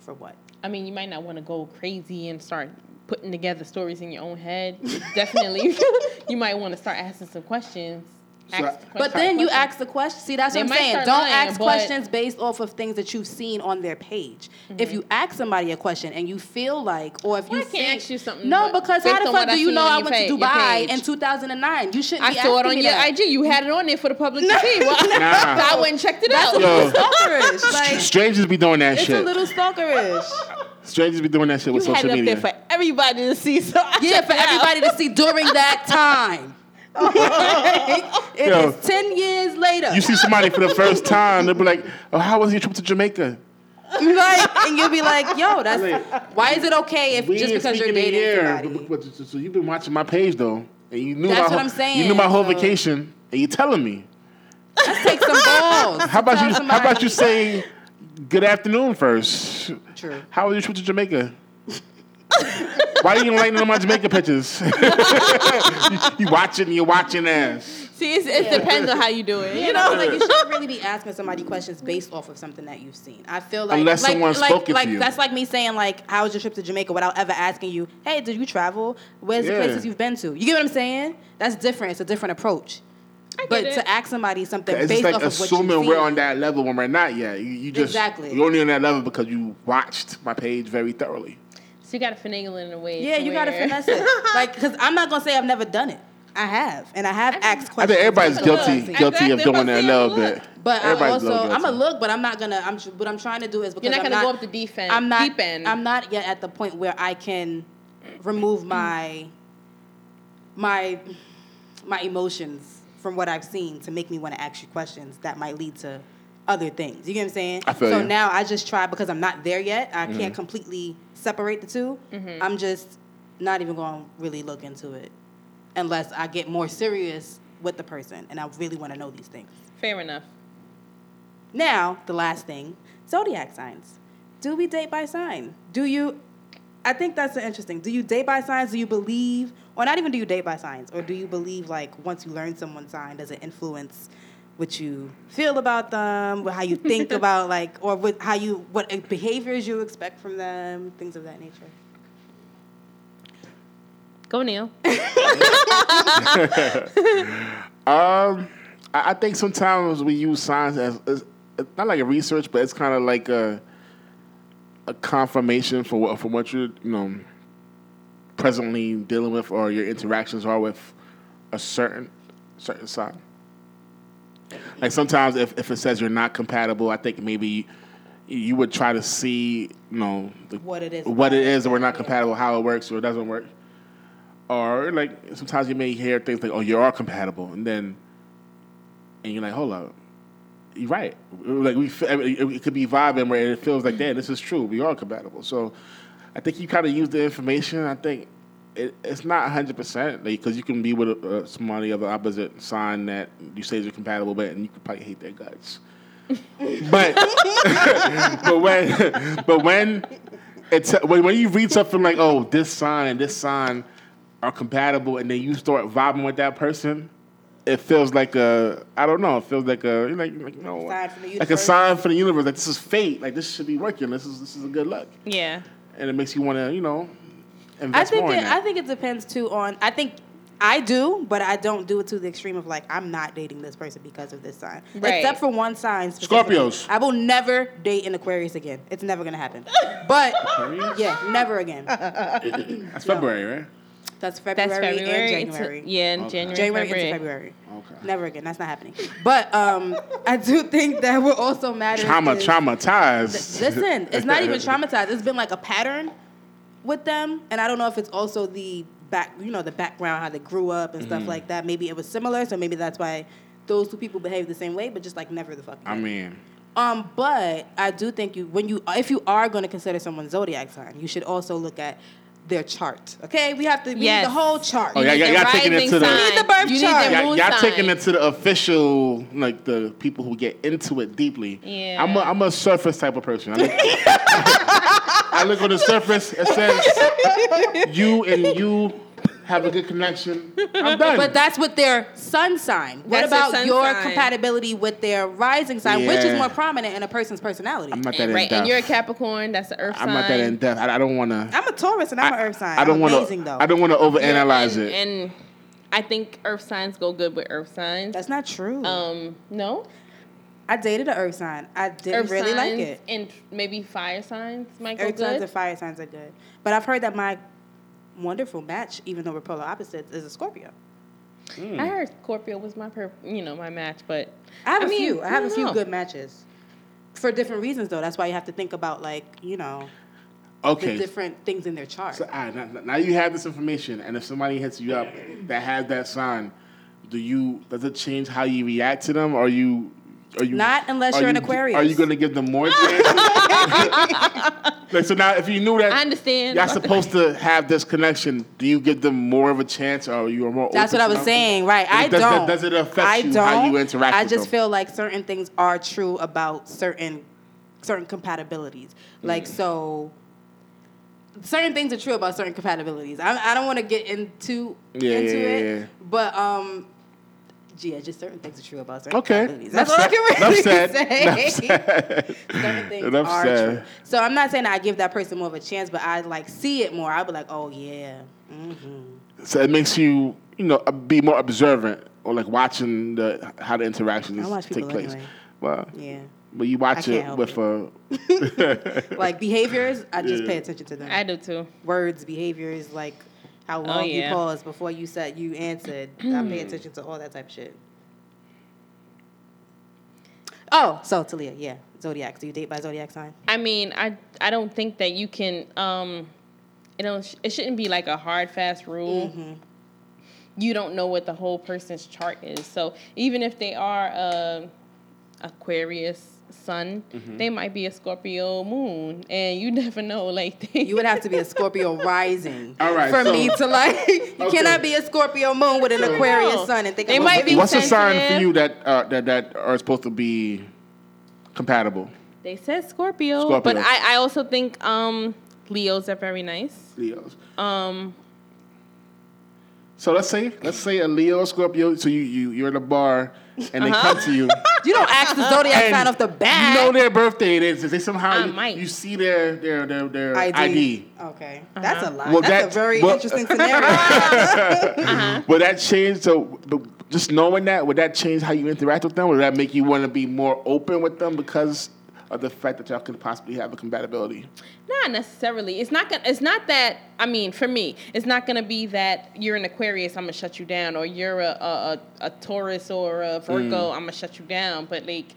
Speaker 3: for what?
Speaker 1: I mean, you might not want to go crazy and start putting together stories in your own head. Definitely, you might want to start asking some questions.
Speaker 2: So-
Speaker 1: Ask
Speaker 2: But
Speaker 3: But
Speaker 1: questions.
Speaker 3: then you ask the question. See, that's
Speaker 1: They
Speaker 3: what I'm
Speaker 1: might
Speaker 3: saying.
Speaker 1: start
Speaker 3: Don't
Speaker 1: lying,
Speaker 3: ask
Speaker 1: but-
Speaker 3: questions based off of things that you've seen on their page. If you ask somebody a question and you feel like, or if
Speaker 1: Mm-hmm. Well,
Speaker 3: you
Speaker 1: I can't
Speaker 3: think-
Speaker 1: ask you something,
Speaker 3: No,
Speaker 1: but
Speaker 3: because
Speaker 1: based
Speaker 3: how the
Speaker 1: on what
Speaker 3: fuck do
Speaker 1: I
Speaker 3: you
Speaker 1: seen
Speaker 3: know
Speaker 1: on
Speaker 3: I
Speaker 1: your
Speaker 3: went to
Speaker 1: pa- your
Speaker 3: Dubai
Speaker 1: page.
Speaker 3: in 2009? You shouldn't.
Speaker 1: I
Speaker 3: be
Speaker 1: saw it
Speaker 3: asking
Speaker 1: on
Speaker 3: me
Speaker 1: your
Speaker 3: that.
Speaker 1: IG. You had it on there for the public to see. Well,
Speaker 2: Nah.
Speaker 1: so I went and checked it out.
Speaker 2: Yo.
Speaker 3: Stalkerish.
Speaker 2: Str-
Speaker 3: Like
Speaker 2: Strangers be doing that
Speaker 3: it's
Speaker 2: shit.
Speaker 3: a little stalkerish.
Speaker 2: Strangers be doing that shit with
Speaker 1: You had it up
Speaker 2: social media.
Speaker 1: there for everybody to see. So I
Speaker 3: yeah,
Speaker 1: checked
Speaker 3: for
Speaker 1: it out.
Speaker 3: everybody to see during that time.
Speaker 1: Oh.
Speaker 3: It
Speaker 2: Yo.
Speaker 3: is ten years later.
Speaker 2: you see somebody for the first time, they'll be like, "Oh, how was your trip to Jamaica?"
Speaker 3: like, and you'll be like, "Yo, that's why is it okay if just
Speaker 2: ain't
Speaker 3: because
Speaker 2: speaking
Speaker 3: you're
Speaker 2: in
Speaker 3: dating
Speaker 2: here,
Speaker 3: somebody?"
Speaker 2: but- but- so- so you've been watching my page though, and you knew
Speaker 3: That's
Speaker 2: my
Speaker 3: what
Speaker 2: whole,
Speaker 3: I'm saying,
Speaker 2: You knew my whole
Speaker 3: so-
Speaker 2: vacation, and you telling me.
Speaker 3: Take some balls.
Speaker 2: How about
Speaker 3: Tell
Speaker 2: you? How
Speaker 3: somebody.
Speaker 2: about you say good afternoon first?
Speaker 3: True.
Speaker 2: How was your trip to Jamaica? Why you didn't like none of my Jamaica pictures? you watching, you watching ass.
Speaker 1: See, it's, it depends on how you do it.
Speaker 3: You
Speaker 1: You
Speaker 3: know,
Speaker 1: know,
Speaker 3: like you shouldn't really be asking somebody questions based off of something that you've seen. I feel like
Speaker 2: Unless
Speaker 3: like,
Speaker 2: someone's
Speaker 3: like,
Speaker 2: spoken
Speaker 3: like,
Speaker 2: to you.
Speaker 3: That's like me saying like, "How was your trip to Jamaica?" without ever asking you, "Hey, did you travel? Where's
Speaker 2: Yeah.
Speaker 3: the places you've been to?" You get what I'm saying? That's different. It's a different approach. But
Speaker 1: it.
Speaker 3: to ask somebody something
Speaker 2: It's
Speaker 3: based
Speaker 2: just like
Speaker 3: off of what you've
Speaker 2: assuming we're
Speaker 3: seen-
Speaker 2: on that level when we're not yet. You, you just
Speaker 3: Exactly.
Speaker 2: you're only on that level because you watched my page very thoroughly.
Speaker 1: so you got to finagle it in a way.
Speaker 3: Yeah,
Speaker 1: to
Speaker 3: you gotta
Speaker 1: where-
Speaker 3: finesse it. Like, cause I'm not gonna say I've never done it. I have, and I have asked
Speaker 2: I
Speaker 3: questions.
Speaker 2: think everybody's
Speaker 1: Look,
Speaker 2: guilty
Speaker 1: exactly.
Speaker 2: guilty of doing that a little
Speaker 1: Look.
Speaker 2: bit.
Speaker 3: But I
Speaker 2: Everybody's a
Speaker 3: also,
Speaker 2: little
Speaker 3: I'm gonna
Speaker 2: guilty.
Speaker 3: look, but I'm not gonna. I'm. What I'm trying to do is because
Speaker 1: You're not
Speaker 3: I'm
Speaker 1: gonna
Speaker 3: not,
Speaker 1: go up the deep end-
Speaker 3: I'm not.
Speaker 1: deep end.
Speaker 3: I'm not yet at the point where I can remove my my my emotions from what I've seen to make me want to ask you questions that might lead to other things. You get what I'm saying?
Speaker 2: I feel
Speaker 3: so
Speaker 2: you. Mm-hmm.
Speaker 3: now I just try because I'm not there yet. I can't completely separate the 2 i
Speaker 1: Mm-hmm.
Speaker 3: I'm just not even going to really look into it unless I get more serious with the person and I really want to know these things.
Speaker 1: Fair enough.
Speaker 3: Now, the last thing zodiac signs. Do we date by sign? Do you, I think that's the interesting. Do you date by signs? Do you believe, or not even do you date by signs, or do you believe like once you learn someone's sign, does it influence what you feel about them, or how you think about like, or what, how you, what behaviors you expect from them, things of that nature?
Speaker 1: Go Neil.
Speaker 2: Um, I, I think sometimes we use signs as, as it's not like a research, but it's kind of like a a confirmation for what for what you're you know presently dealing with or your interactions are with a certain certain sign. Like sometimes if, if it says you're not compatible, I think maybe you would try to see you know the,
Speaker 3: What it is
Speaker 2: what it
Speaker 3: about.
Speaker 2: is that we're not compatible, how it works or it doesn't work or like sometimes you may hear things like, "Oh, you are compatible," and then, and you're like, "Hold up, you're right." Like we, fe- it it could be vibing where it feels like, "Damn, this is true. We are compatible." So, I think you kind of use the information. I think it, it's not 100 percent because you can be with uh, somebody of the opposite sign that you say you're compatible, but and you could probably hate their guts. but but when but when it's when, when you read something like oh this sign and this sign are compatible and then you start vibing with that person it feels like a I don't know it feels like a you're like like no
Speaker 3: Sign from the
Speaker 2: like a
Speaker 3: universe.
Speaker 2: sign for the universe like this is fate like this should be working this is this is a good luck
Speaker 1: Yeah.
Speaker 2: and it makes you want to you know
Speaker 3: I
Speaker 2: invest
Speaker 3: think
Speaker 2: more
Speaker 3: it,
Speaker 2: in that.
Speaker 3: I think it depends too on. I think I do, but I don't do it to the extreme of like I'm not dating this person because of this sign.
Speaker 1: Right.
Speaker 3: Except for one sign. specifically.
Speaker 2: Scorpios.
Speaker 3: I will never date an Aquarius again. It's never gonna happen. But yeah, never again.
Speaker 2: That's February right
Speaker 3: That's February,
Speaker 1: That's February.
Speaker 3: and
Speaker 1: into-
Speaker 3: January.
Speaker 1: yeah, in
Speaker 2: Okay.
Speaker 1: January.
Speaker 3: January
Speaker 1: February.
Speaker 3: into February.
Speaker 2: Okay.
Speaker 3: Never again. That's not happening. But um, I do think that what also matters.
Speaker 2: Trauma,
Speaker 3: is-
Speaker 2: traumatized.
Speaker 3: Listen, it's not even traumatized. It's been like a pattern with them, and I don't know if it's also the back, you know, the background how they grew up and
Speaker 2: Mm-hmm.
Speaker 3: stuff like that. Maybe it was similar, so maybe that's why those two people behave the same way, but just like never the fuck.
Speaker 2: I mean,
Speaker 3: Um, but I do think you when you if you are going to consider someone's zodiac sign, you should also look at their chart. Okay, we have to we need
Speaker 1: Yes.
Speaker 3: the whole chart.
Speaker 2: Oh, yeah,
Speaker 1: You
Speaker 2: yeah,
Speaker 1: need
Speaker 2: y'all
Speaker 1: the
Speaker 2: taking it
Speaker 1: rising
Speaker 2: to the-
Speaker 1: sign.
Speaker 2: You
Speaker 3: need the birth
Speaker 1: You need
Speaker 3: chart.
Speaker 1: the
Speaker 2: y'all,
Speaker 1: moon
Speaker 2: y'all
Speaker 1: sign.
Speaker 2: taking it to the official, like the people who get into it deeply.
Speaker 1: Yeah.
Speaker 2: I'm a, I'm a surface type of person. I look, I look on the surface. It says you and you have a good connection. I'm done.
Speaker 3: But that's with their sun sign. What
Speaker 1: That's their
Speaker 3: about
Speaker 1: sun
Speaker 3: your
Speaker 1: sign.
Speaker 3: compatibility with their rising sign, which
Speaker 2: Yeah.
Speaker 3: is more prominent in a person's personality?
Speaker 2: I'm
Speaker 3: I'm,
Speaker 2: not that in
Speaker 1: right,
Speaker 2: depth.
Speaker 1: and you're a Capricorn. That's the Earth
Speaker 2: I'm
Speaker 1: sign.
Speaker 2: not that in depth. I, I don't want to.
Speaker 3: a Taurus and I'm an Earth sign.
Speaker 2: I don't
Speaker 3: want
Speaker 2: want
Speaker 3: amazing
Speaker 2: to.
Speaker 3: though.
Speaker 2: I don't want to overanalyze
Speaker 1: and,
Speaker 2: it.
Speaker 1: And I think Earth signs go good with Earth signs.
Speaker 3: That's not true.
Speaker 1: um, no.
Speaker 3: I dated an Earth sign. I didn't
Speaker 1: Earth
Speaker 3: really like
Speaker 1: signs
Speaker 3: it.
Speaker 1: and maybe fire signs might go
Speaker 3: Earth signs
Speaker 1: good.
Speaker 3: and fire signs are good, but I've heard that my wonderful match, even though we're polar opposites, is a Scorpio.
Speaker 1: I heard Scorpio was my per, you know, my match, but
Speaker 3: I have a
Speaker 1: mean,
Speaker 3: few. I have a
Speaker 1: don't
Speaker 3: few
Speaker 1: know.
Speaker 3: good matches. For different reasons, though, that's why you have to think about like you know the
Speaker 2: okay.
Speaker 3: different things in their chart.
Speaker 2: So, all right, now, now you have this information, and if somebody hits you up that has that sign, do you does it change how you react to them? Are you are you
Speaker 3: Not unless
Speaker 2: are
Speaker 3: you're an
Speaker 2: you gi-
Speaker 3: Aquarius.
Speaker 2: Are you going to give them more chances? like so now, if you knew that
Speaker 1: I understand.
Speaker 2: you're supposed to have this connection, do you give them more of a chance, or you are more?
Speaker 3: That's
Speaker 2: open
Speaker 3: what
Speaker 2: to
Speaker 3: I was
Speaker 2: them?
Speaker 3: saying, right? I
Speaker 2: does,
Speaker 3: don't.
Speaker 2: Does it affect
Speaker 3: I
Speaker 2: you
Speaker 3: don't.
Speaker 2: how you interact?
Speaker 3: I
Speaker 2: with
Speaker 3: just
Speaker 2: them?
Speaker 3: feel like certain things are true about certain certain
Speaker 2: Mm.
Speaker 3: compatibilities. Like so, certain things are true about certain compatibilities. I, I don't want to get into
Speaker 2: Yeah,
Speaker 3: into
Speaker 2: yeah,
Speaker 3: it,
Speaker 2: yeah.
Speaker 3: but um, yeah, just certain things are true about certain
Speaker 2: Okay.
Speaker 3: compatibilities. That's all I
Speaker 2: Enough
Speaker 3: can
Speaker 2: said.
Speaker 3: really
Speaker 2: Enough
Speaker 3: say.
Speaker 2: said. Enough
Speaker 3: Certain things
Speaker 2: Enough
Speaker 3: are
Speaker 2: said.
Speaker 3: true. So I'm not saying that I give that person more of a chance, but I like see it more. I'll be like, oh yeah. hmm
Speaker 2: So it makes you, you know, uh, be more observant or like watching the how the interactions
Speaker 3: I watch
Speaker 2: take
Speaker 3: people
Speaker 2: place.
Speaker 3: anyway.
Speaker 2: Well,
Speaker 3: Yeah.
Speaker 2: but you watch
Speaker 3: can't
Speaker 2: it
Speaker 3: help
Speaker 2: with a
Speaker 3: like behaviors, I just
Speaker 2: Yeah.
Speaker 3: pay attention to them.
Speaker 1: I do too.
Speaker 3: Words, behaviors, like how long
Speaker 1: yeah. Mm.
Speaker 3: you paused before you said you answered. I pay attention to all that type of shit. Oh, so Talia, yeah, zodiac. Do you date by zodiac sign?
Speaker 1: I mean, I I don't think that you can. Um, it don't. It shouldn't be like a hard fast rule.
Speaker 3: Mm-hmm.
Speaker 1: You don't know what the whole person's chart is, so even if they are a Aquarius sun,
Speaker 3: Mm-hmm.
Speaker 1: they might be a Scorpio moon, and you never know. Like they,
Speaker 3: You would have to be a Scorpio rising
Speaker 2: All right,
Speaker 3: for
Speaker 2: so-
Speaker 3: me to like. You
Speaker 2: Okay.
Speaker 3: cannot be a Scorpio moon with an Aquarius sun and think
Speaker 1: They
Speaker 3: I'm a
Speaker 1: might be-
Speaker 3: Virgo.
Speaker 2: What's a sign for
Speaker 1: sensitive.
Speaker 2: you that uh, that that are supposed to be compatible?
Speaker 1: they said Scorpio, but
Speaker 2: Scorpio.
Speaker 1: I I also think um Leos are very nice.
Speaker 2: Leos.
Speaker 1: Um,
Speaker 2: So let's say let's say a Leo Scorpio. So you you you're in a bar and they come to you.
Speaker 1: Uh-huh.
Speaker 3: You don't ask the zodiac
Speaker 2: and
Speaker 3: sign off the bat.
Speaker 2: You know their birthday it is. They somehow
Speaker 1: I
Speaker 2: you,
Speaker 1: might.
Speaker 2: you see their their their their ID.
Speaker 3: Okay, that's a
Speaker 1: Uh-huh.
Speaker 3: lot.
Speaker 2: Well,
Speaker 3: that's
Speaker 2: that-
Speaker 3: a very
Speaker 2: well-
Speaker 3: interesting scenario.
Speaker 1: Uh-huh.
Speaker 2: Would that change? So, but just knowing that, would that change how you interact with them? Would that make you want to be more open with them because of the fact that y'all could possibly have a compatibility?
Speaker 1: Not necessarily. It's not gonna. It's not that. I mean, for me, it's not gonna be that you're an Aquarius. I'm gonna shut you down, or you're a a, a, a Taurus or a Virgo.
Speaker 3: Mm.
Speaker 1: I'm gonna shut you down. But like,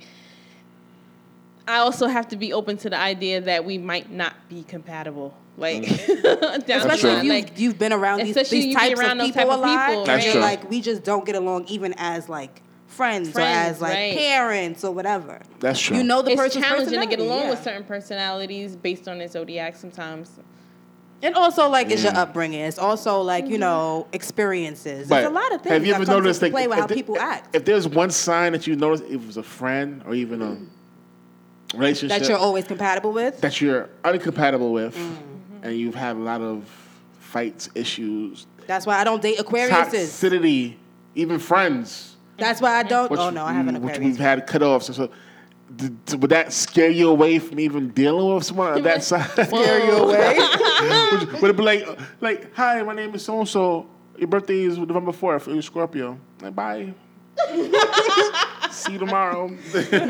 Speaker 1: I also have to be open to the idea that we might not be compatible. Like, down the
Speaker 3: especially
Speaker 2: true.
Speaker 3: if
Speaker 1: line,
Speaker 3: you,
Speaker 1: like
Speaker 3: Mm. you've been around these,
Speaker 1: especially
Speaker 3: these
Speaker 1: you be
Speaker 3: types
Speaker 1: around
Speaker 3: of
Speaker 1: those
Speaker 3: people
Speaker 1: type
Speaker 3: a
Speaker 1: of
Speaker 3: lot.
Speaker 1: people,
Speaker 2: That's
Speaker 3: you're
Speaker 2: true.
Speaker 3: like, we just don't get along even as like friends, or
Speaker 1: Friends,
Speaker 3: as like
Speaker 1: right.
Speaker 3: parents or whatever.
Speaker 2: That's true.
Speaker 3: You know the
Speaker 1: it's
Speaker 3: person's
Speaker 1: challenging to get
Speaker 3: personality,
Speaker 1: along
Speaker 3: yeah.
Speaker 1: with certain personalities based on their zodiac sometimes.
Speaker 3: And also, like, it's your upbringing. It's also like
Speaker 1: Mm-hmm.
Speaker 3: you know experiences. There's a
Speaker 2: Mm. But
Speaker 3: lot of things
Speaker 2: Have you
Speaker 3: that
Speaker 2: ever
Speaker 3: come
Speaker 2: noticed
Speaker 3: to
Speaker 2: like
Speaker 3: play with
Speaker 2: if
Speaker 3: how
Speaker 2: the-
Speaker 3: people act.
Speaker 2: If there's one sign that you notice, if it was a friend or even a relationship
Speaker 3: That you're always compatible with.
Speaker 2: that you're uncompatible with,
Speaker 3: Mm-hmm.
Speaker 2: and you've had a lot of fights, issues,
Speaker 3: That's why I don't date Aquariuses.
Speaker 2: toxicity, even friends.
Speaker 3: That's why I don't.
Speaker 2: Which,
Speaker 3: oh no, I have an
Speaker 2: we- which
Speaker 3: Aquarius.
Speaker 2: we've had cutoffs. So, so d- d- would that scare you away from even dealing with someone of that size?
Speaker 3: Scare you away.
Speaker 2: would, would it be like, like, hi, my name is so and so. Your birthday is November fourth. You're Scorpio. Like, bye. See you tomorrow.
Speaker 3: No,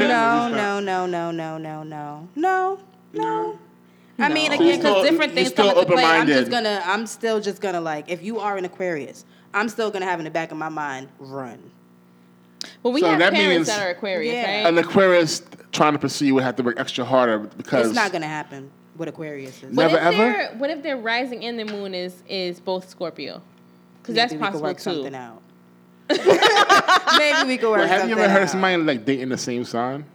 Speaker 3: no, no, no, no, no, no, no, no. I mean,
Speaker 1: No.
Speaker 3: again,
Speaker 2: She's still-
Speaker 3: because different
Speaker 2: you're
Speaker 3: things
Speaker 2: still
Speaker 3: come into play. I'm
Speaker 2: open-minded.
Speaker 3: just gonna, I'm still just gonna like, if you are an Aquarius, I'm still gonna have in the back of my mind, run.
Speaker 1: Well, we
Speaker 2: So
Speaker 1: have
Speaker 2: that
Speaker 1: parents
Speaker 2: means-
Speaker 1: that are Aquarius,
Speaker 3: Yeah.
Speaker 1: right?
Speaker 2: An Aquarius trying to pursue would have to work extra harder because
Speaker 3: It's not gonna happen with Aquarius. is.
Speaker 2: Never
Speaker 1: what if
Speaker 2: ever?
Speaker 1: their What if their rising and their moon is is both Scorpio? Because that's
Speaker 3: Maybe we could
Speaker 1: possible
Speaker 3: work
Speaker 1: too.
Speaker 3: something out. Maybe we could work
Speaker 2: But have
Speaker 3: something
Speaker 2: you ever heard
Speaker 3: out.
Speaker 2: somebody like dating the same sign?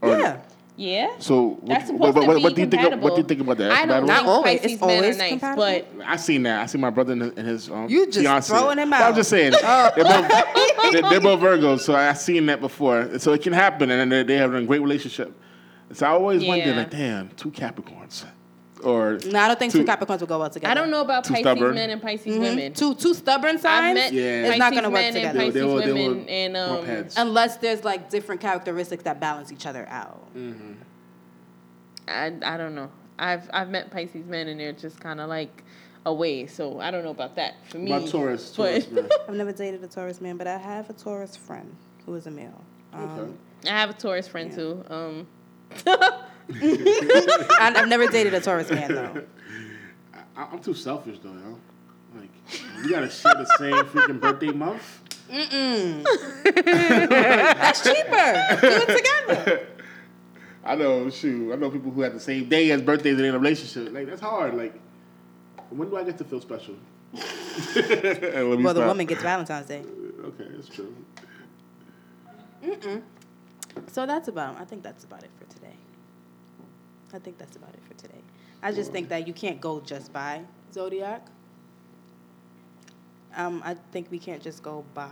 Speaker 2: Or-
Speaker 3: Yeah.
Speaker 1: Yeah.
Speaker 2: So what,
Speaker 1: That's
Speaker 2: what,
Speaker 1: supposed
Speaker 2: what,
Speaker 1: to
Speaker 2: what,
Speaker 1: be
Speaker 2: what do you think? Of, what
Speaker 1: compatible.
Speaker 2: do you think about that?
Speaker 1: I don't
Speaker 2: Compatible?
Speaker 1: think
Speaker 3: Not always.
Speaker 1: Pisces
Speaker 3: It's
Speaker 1: men are
Speaker 3: always
Speaker 1: nice,
Speaker 3: compatible.
Speaker 1: but
Speaker 2: I seen that. I see my brother and his, and his um,
Speaker 3: You just
Speaker 2: fiance.
Speaker 3: throwing him
Speaker 2: But I'm
Speaker 3: out. Oh.
Speaker 2: just saying they're, both, they're, they're both Virgos, so I seen that before. So it can happen, and they they have a great relationship. So I always wondered,
Speaker 1: Yeah.
Speaker 2: like, damn, two Capricorns, or
Speaker 3: No, I don't think two
Speaker 2: Two-
Speaker 3: Capricorns will go well together.
Speaker 1: I don't know about
Speaker 2: Too
Speaker 1: Pisces
Speaker 2: stubborn.
Speaker 1: men and Pisces
Speaker 3: Mhm.
Speaker 1: women.
Speaker 3: Two two stubborn
Speaker 1: I've
Speaker 3: signs.
Speaker 1: met
Speaker 2: Yeah.
Speaker 1: Pisces
Speaker 3: It's not gonna work
Speaker 1: men and
Speaker 3: together.
Speaker 2: They-
Speaker 1: Pisces
Speaker 2: they were- they
Speaker 1: women,
Speaker 2: were
Speaker 1: and um,
Speaker 2: bump heads.
Speaker 3: Unless there's like different characteristics that balance each other out.
Speaker 1: I I don't know. I've I've met Pisces men, and they're just kind of like away. So I don't know about that. For me,
Speaker 2: my Taurus,
Speaker 1: but-
Speaker 2: Taurus man.
Speaker 3: I've never dated a Taurus man, but I have a Taurus friend who is a male. Um,
Speaker 2: Okay.
Speaker 1: I have a Taurus friend too. Um,
Speaker 3: I, I've never dated a Taurus man though.
Speaker 2: I, I'm too selfish though, yo. Like, you gotta share the same freaking birthday month.
Speaker 3: That's cheaper. Do it together.
Speaker 2: I know, shoot. I know people who have the same day as birthdays and in a relationship. Like that's hard. Like, when do I get to feel special?
Speaker 3: Well, the woman gets Valentine's Day.
Speaker 2: Okay, that's true.
Speaker 3: So that's about. I think that's about it for today. I think that's about it for today. I just think that you can't go just by zodiac. Um, I think we can't just go by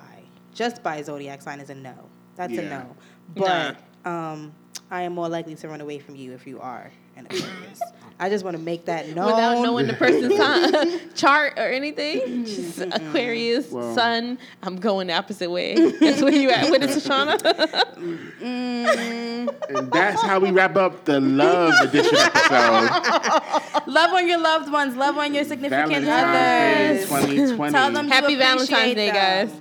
Speaker 3: just by zodiac sign is a no. That's a
Speaker 2: Yeah.
Speaker 3: no. But um, I am more likely to run away from you if you are an Aquarius. I just want to make that known.
Speaker 2: Oh.
Speaker 1: without knowing the person's sign- chart or anything, just
Speaker 2: Mm-hmm.
Speaker 1: Aquarius
Speaker 2: Well-
Speaker 1: sun. I'm going the opposite way. That's where you at with it, Tashana.
Speaker 2: And that's how we wrap up the love edition episode.
Speaker 3: love on your loved ones. Love on your significant
Speaker 2: Valentine's Day
Speaker 3: others.
Speaker 2: 2020.
Speaker 3: Tell them you
Speaker 1: Happy Valentine's
Speaker 3: appreciate
Speaker 1: Day,
Speaker 3: them.
Speaker 1: guys.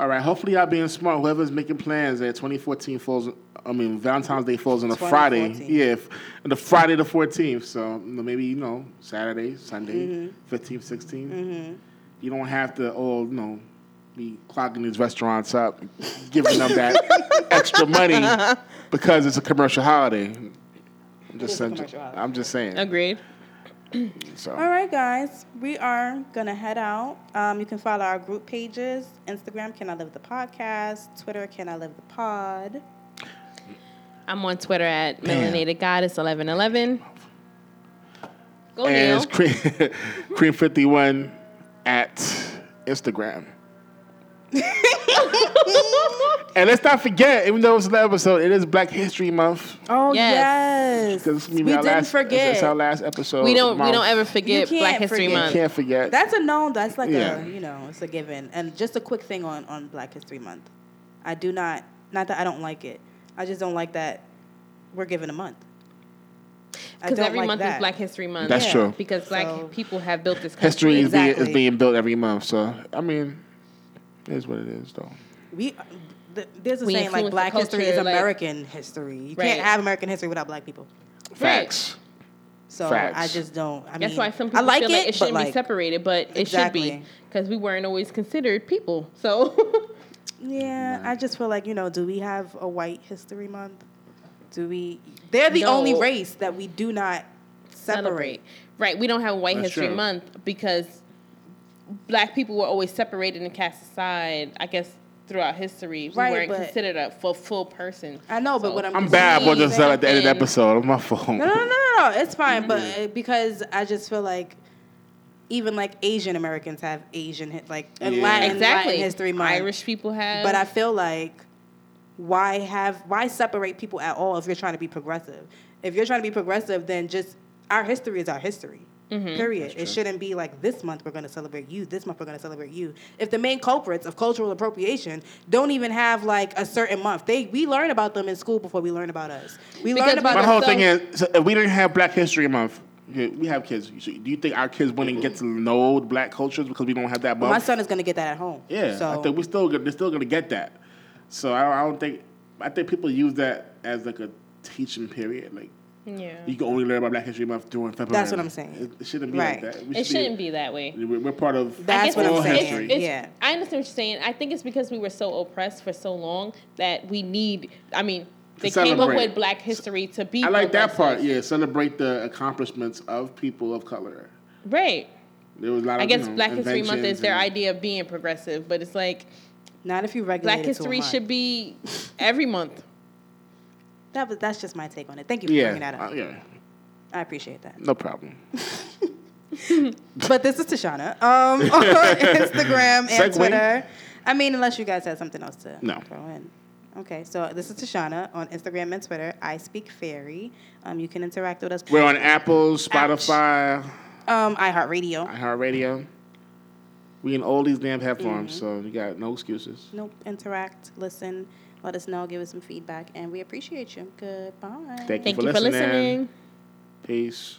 Speaker 2: All right. Hopefully, y'all being smart. Whoever's making plans that 2014 falls. I mean, Valentine's Day falls on a Friday.
Speaker 3: 2014.
Speaker 2: Yeah, f- on the Friday the 14th. So you know, maybe you know Saturday, Sunday,
Speaker 3: Mm-hmm.
Speaker 2: 15th, 16th. You don't have to all you know be clogging these restaurants up, giving them that extra money because it's a commercial holiday. I'm just
Speaker 3: a
Speaker 2: saying.
Speaker 3: commercial holiday.
Speaker 2: I'm just saying.
Speaker 1: Agreed.
Speaker 2: So.
Speaker 3: All right, guys, we are gonna head out. Um, you can follow our group pages: Instagram, Can I Live the Podcast; Twitter, Can I Live the Pod.
Speaker 1: I'm on Twitter at
Speaker 2: Damn.
Speaker 1: Melanated Goddess 1111.
Speaker 3: Oh,
Speaker 1: Go
Speaker 2: and
Speaker 1: Neil.
Speaker 2: it's cream, cream 51 at Instagram. and let's not forget, even though it's the episode, it is Black History Month.
Speaker 3: Oh
Speaker 1: Yes.
Speaker 3: yes,
Speaker 2: Because
Speaker 3: we didn't forget.
Speaker 2: It's, our last episode.
Speaker 1: We don't
Speaker 2: of
Speaker 1: we
Speaker 2: month.
Speaker 1: don't ever forget
Speaker 3: You
Speaker 1: Black
Speaker 3: can't
Speaker 1: History
Speaker 3: forget.
Speaker 1: Month.
Speaker 2: Can't forget.
Speaker 3: That's a known. That's like
Speaker 2: Yeah.
Speaker 3: a you know, it's a given. And just a quick thing on on Black History Month. I do not. Not that I don't like it. I just don't like that we're given a month. I
Speaker 1: Because
Speaker 3: don't
Speaker 1: every
Speaker 3: like
Speaker 1: month is
Speaker 3: that.
Speaker 1: Black History Month.
Speaker 2: That's
Speaker 3: Yeah. true.
Speaker 1: Because black
Speaker 3: So-
Speaker 1: people have built this country.
Speaker 2: History is, being,
Speaker 3: Exactly.
Speaker 2: is being built every month. So, I mean, it is what it is, though.
Speaker 3: We uh, th- there's a
Speaker 1: We
Speaker 3: saying
Speaker 1: influence the
Speaker 3: like Black history
Speaker 1: culture,
Speaker 3: is
Speaker 1: like-
Speaker 3: American history. You
Speaker 1: Right.
Speaker 3: can't have American history without Black people.
Speaker 2: Facts.
Speaker 3: So
Speaker 2: Facts.
Speaker 3: I just don't. I
Speaker 1: That's
Speaker 3: mean,
Speaker 1: why some people
Speaker 3: I like
Speaker 1: feel
Speaker 3: it,
Speaker 1: like it
Speaker 3: but,
Speaker 1: shouldn't be
Speaker 3: like,
Speaker 1: separated, but it should
Speaker 3: Exactly.
Speaker 1: be because we weren't always considered people. So
Speaker 3: Yeah, I just feel like you know, do we have a white history month? Do we? They're the
Speaker 1: No.
Speaker 3: only race that we do not separate.
Speaker 1: celebrate. Right. We don't have White
Speaker 2: That's
Speaker 1: History
Speaker 2: true.
Speaker 1: Month because black people were always separated and cast aside, I guess, throughout history. We
Speaker 3: Right,
Speaker 1: weren't
Speaker 3: but-
Speaker 1: considered a full, full person.
Speaker 3: I know, but
Speaker 1: So-
Speaker 3: what I'm
Speaker 2: I'm bad about
Speaker 1: Please,
Speaker 2: this at the end of the
Speaker 1: and-
Speaker 2: episode. My phone.
Speaker 3: No, no, no, no, no. It's fine, but
Speaker 1: Mm-hmm.
Speaker 3: uh, because I just feel like even like Asian Americans have Asian hi- like and
Speaker 2: Yeah.
Speaker 3: Latin,
Speaker 1: Exactly.
Speaker 3: Latin history month.
Speaker 1: Irish people have.
Speaker 3: But I feel like why have why separate people at all if you're trying to be progressive? If you're trying to be progressive, then just our history is our history.
Speaker 1: Mm-hmm.
Speaker 3: Period. It shouldn't be like this month we're going to celebrate you. This month we're going to celebrate you. If the main culprits of cultural appropriation don't even have like a certain month, they we learn about them in school before we learn about us. We
Speaker 1: Because
Speaker 3: learn about
Speaker 2: My
Speaker 1: But
Speaker 2: whole
Speaker 1: so-
Speaker 2: thing is, so if we didn't have Black History Month, yeah, we have kids. So do you think our kids wouldn't get to know black cultures because we don't have that month?
Speaker 3: my son is going to get that at home.
Speaker 2: yeah,
Speaker 3: So
Speaker 2: I think we still gonna- they're still gonna get that. So I don't, I don't think I think people use that as like a teaching period. Like
Speaker 1: Yeah.
Speaker 2: You can only learn about Black History Month during February.
Speaker 3: That's what I'm saying.
Speaker 2: It, it shouldn't be
Speaker 3: Right.
Speaker 2: like that. We
Speaker 1: It shouldn't be that way.
Speaker 2: We're, we're part of.
Speaker 1: I
Speaker 3: That's
Speaker 1: guess
Speaker 3: what
Speaker 1: it's-
Speaker 3: I'm
Speaker 2: all
Speaker 1: it's-
Speaker 3: saying.
Speaker 1: it's-
Speaker 3: yeah.
Speaker 1: I understand what you're saying. I think it's because we were so oppressed for so long that we need. I mean, they came up
Speaker 2: celebrate.
Speaker 1: with Black History to be.
Speaker 2: I like that part.
Speaker 1: progressive.
Speaker 2: Yeah, celebrate the accomplishments of people of color.
Speaker 1: Right.
Speaker 2: There was a lot of.
Speaker 1: I guess
Speaker 2: you know,
Speaker 1: Black History Month
Speaker 2: Mm-hmm. inventions
Speaker 1: is their
Speaker 2: and-
Speaker 1: idea of being progressive, but it's like
Speaker 3: Not if you regulate
Speaker 1: Black History should be every month.
Speaker 3: That was, that's just my take on it. Thank you for bringing that
Speaker 2: Yeah,
Speaker 3: up.
Speaker 2: uh, yeah,
Speaker 3: I appreciate that.
Speaker 2: no problem.
Speaker 3: But this is Tashana um, on Instagram and
Speaker 2: Segway.
Speaker 3: Twitter. I mean, unless you guys had something else to
Speaker 2: No.
Speaker 3: throw in. Okay, so this is Tashana on Instagram and Twitter. I speak fairy. Um, you can interact with us.
Speaker 2: We're on Apple, Spotify,
Speaker 3: um, iHeartRadio.
Speaker 2: iHeartRadio. We can all these damn platforms, so you got no excuses.
Speaker 3: Nope. Interact. Listen. Let us know. Give us some feedback, and we appreciate you. Goodbye.
Speaker 2: Thank,
Speaker 1: Thank
Speaker 2: you for listening.
Speaker 1: listening.
Speaker 2: Peace.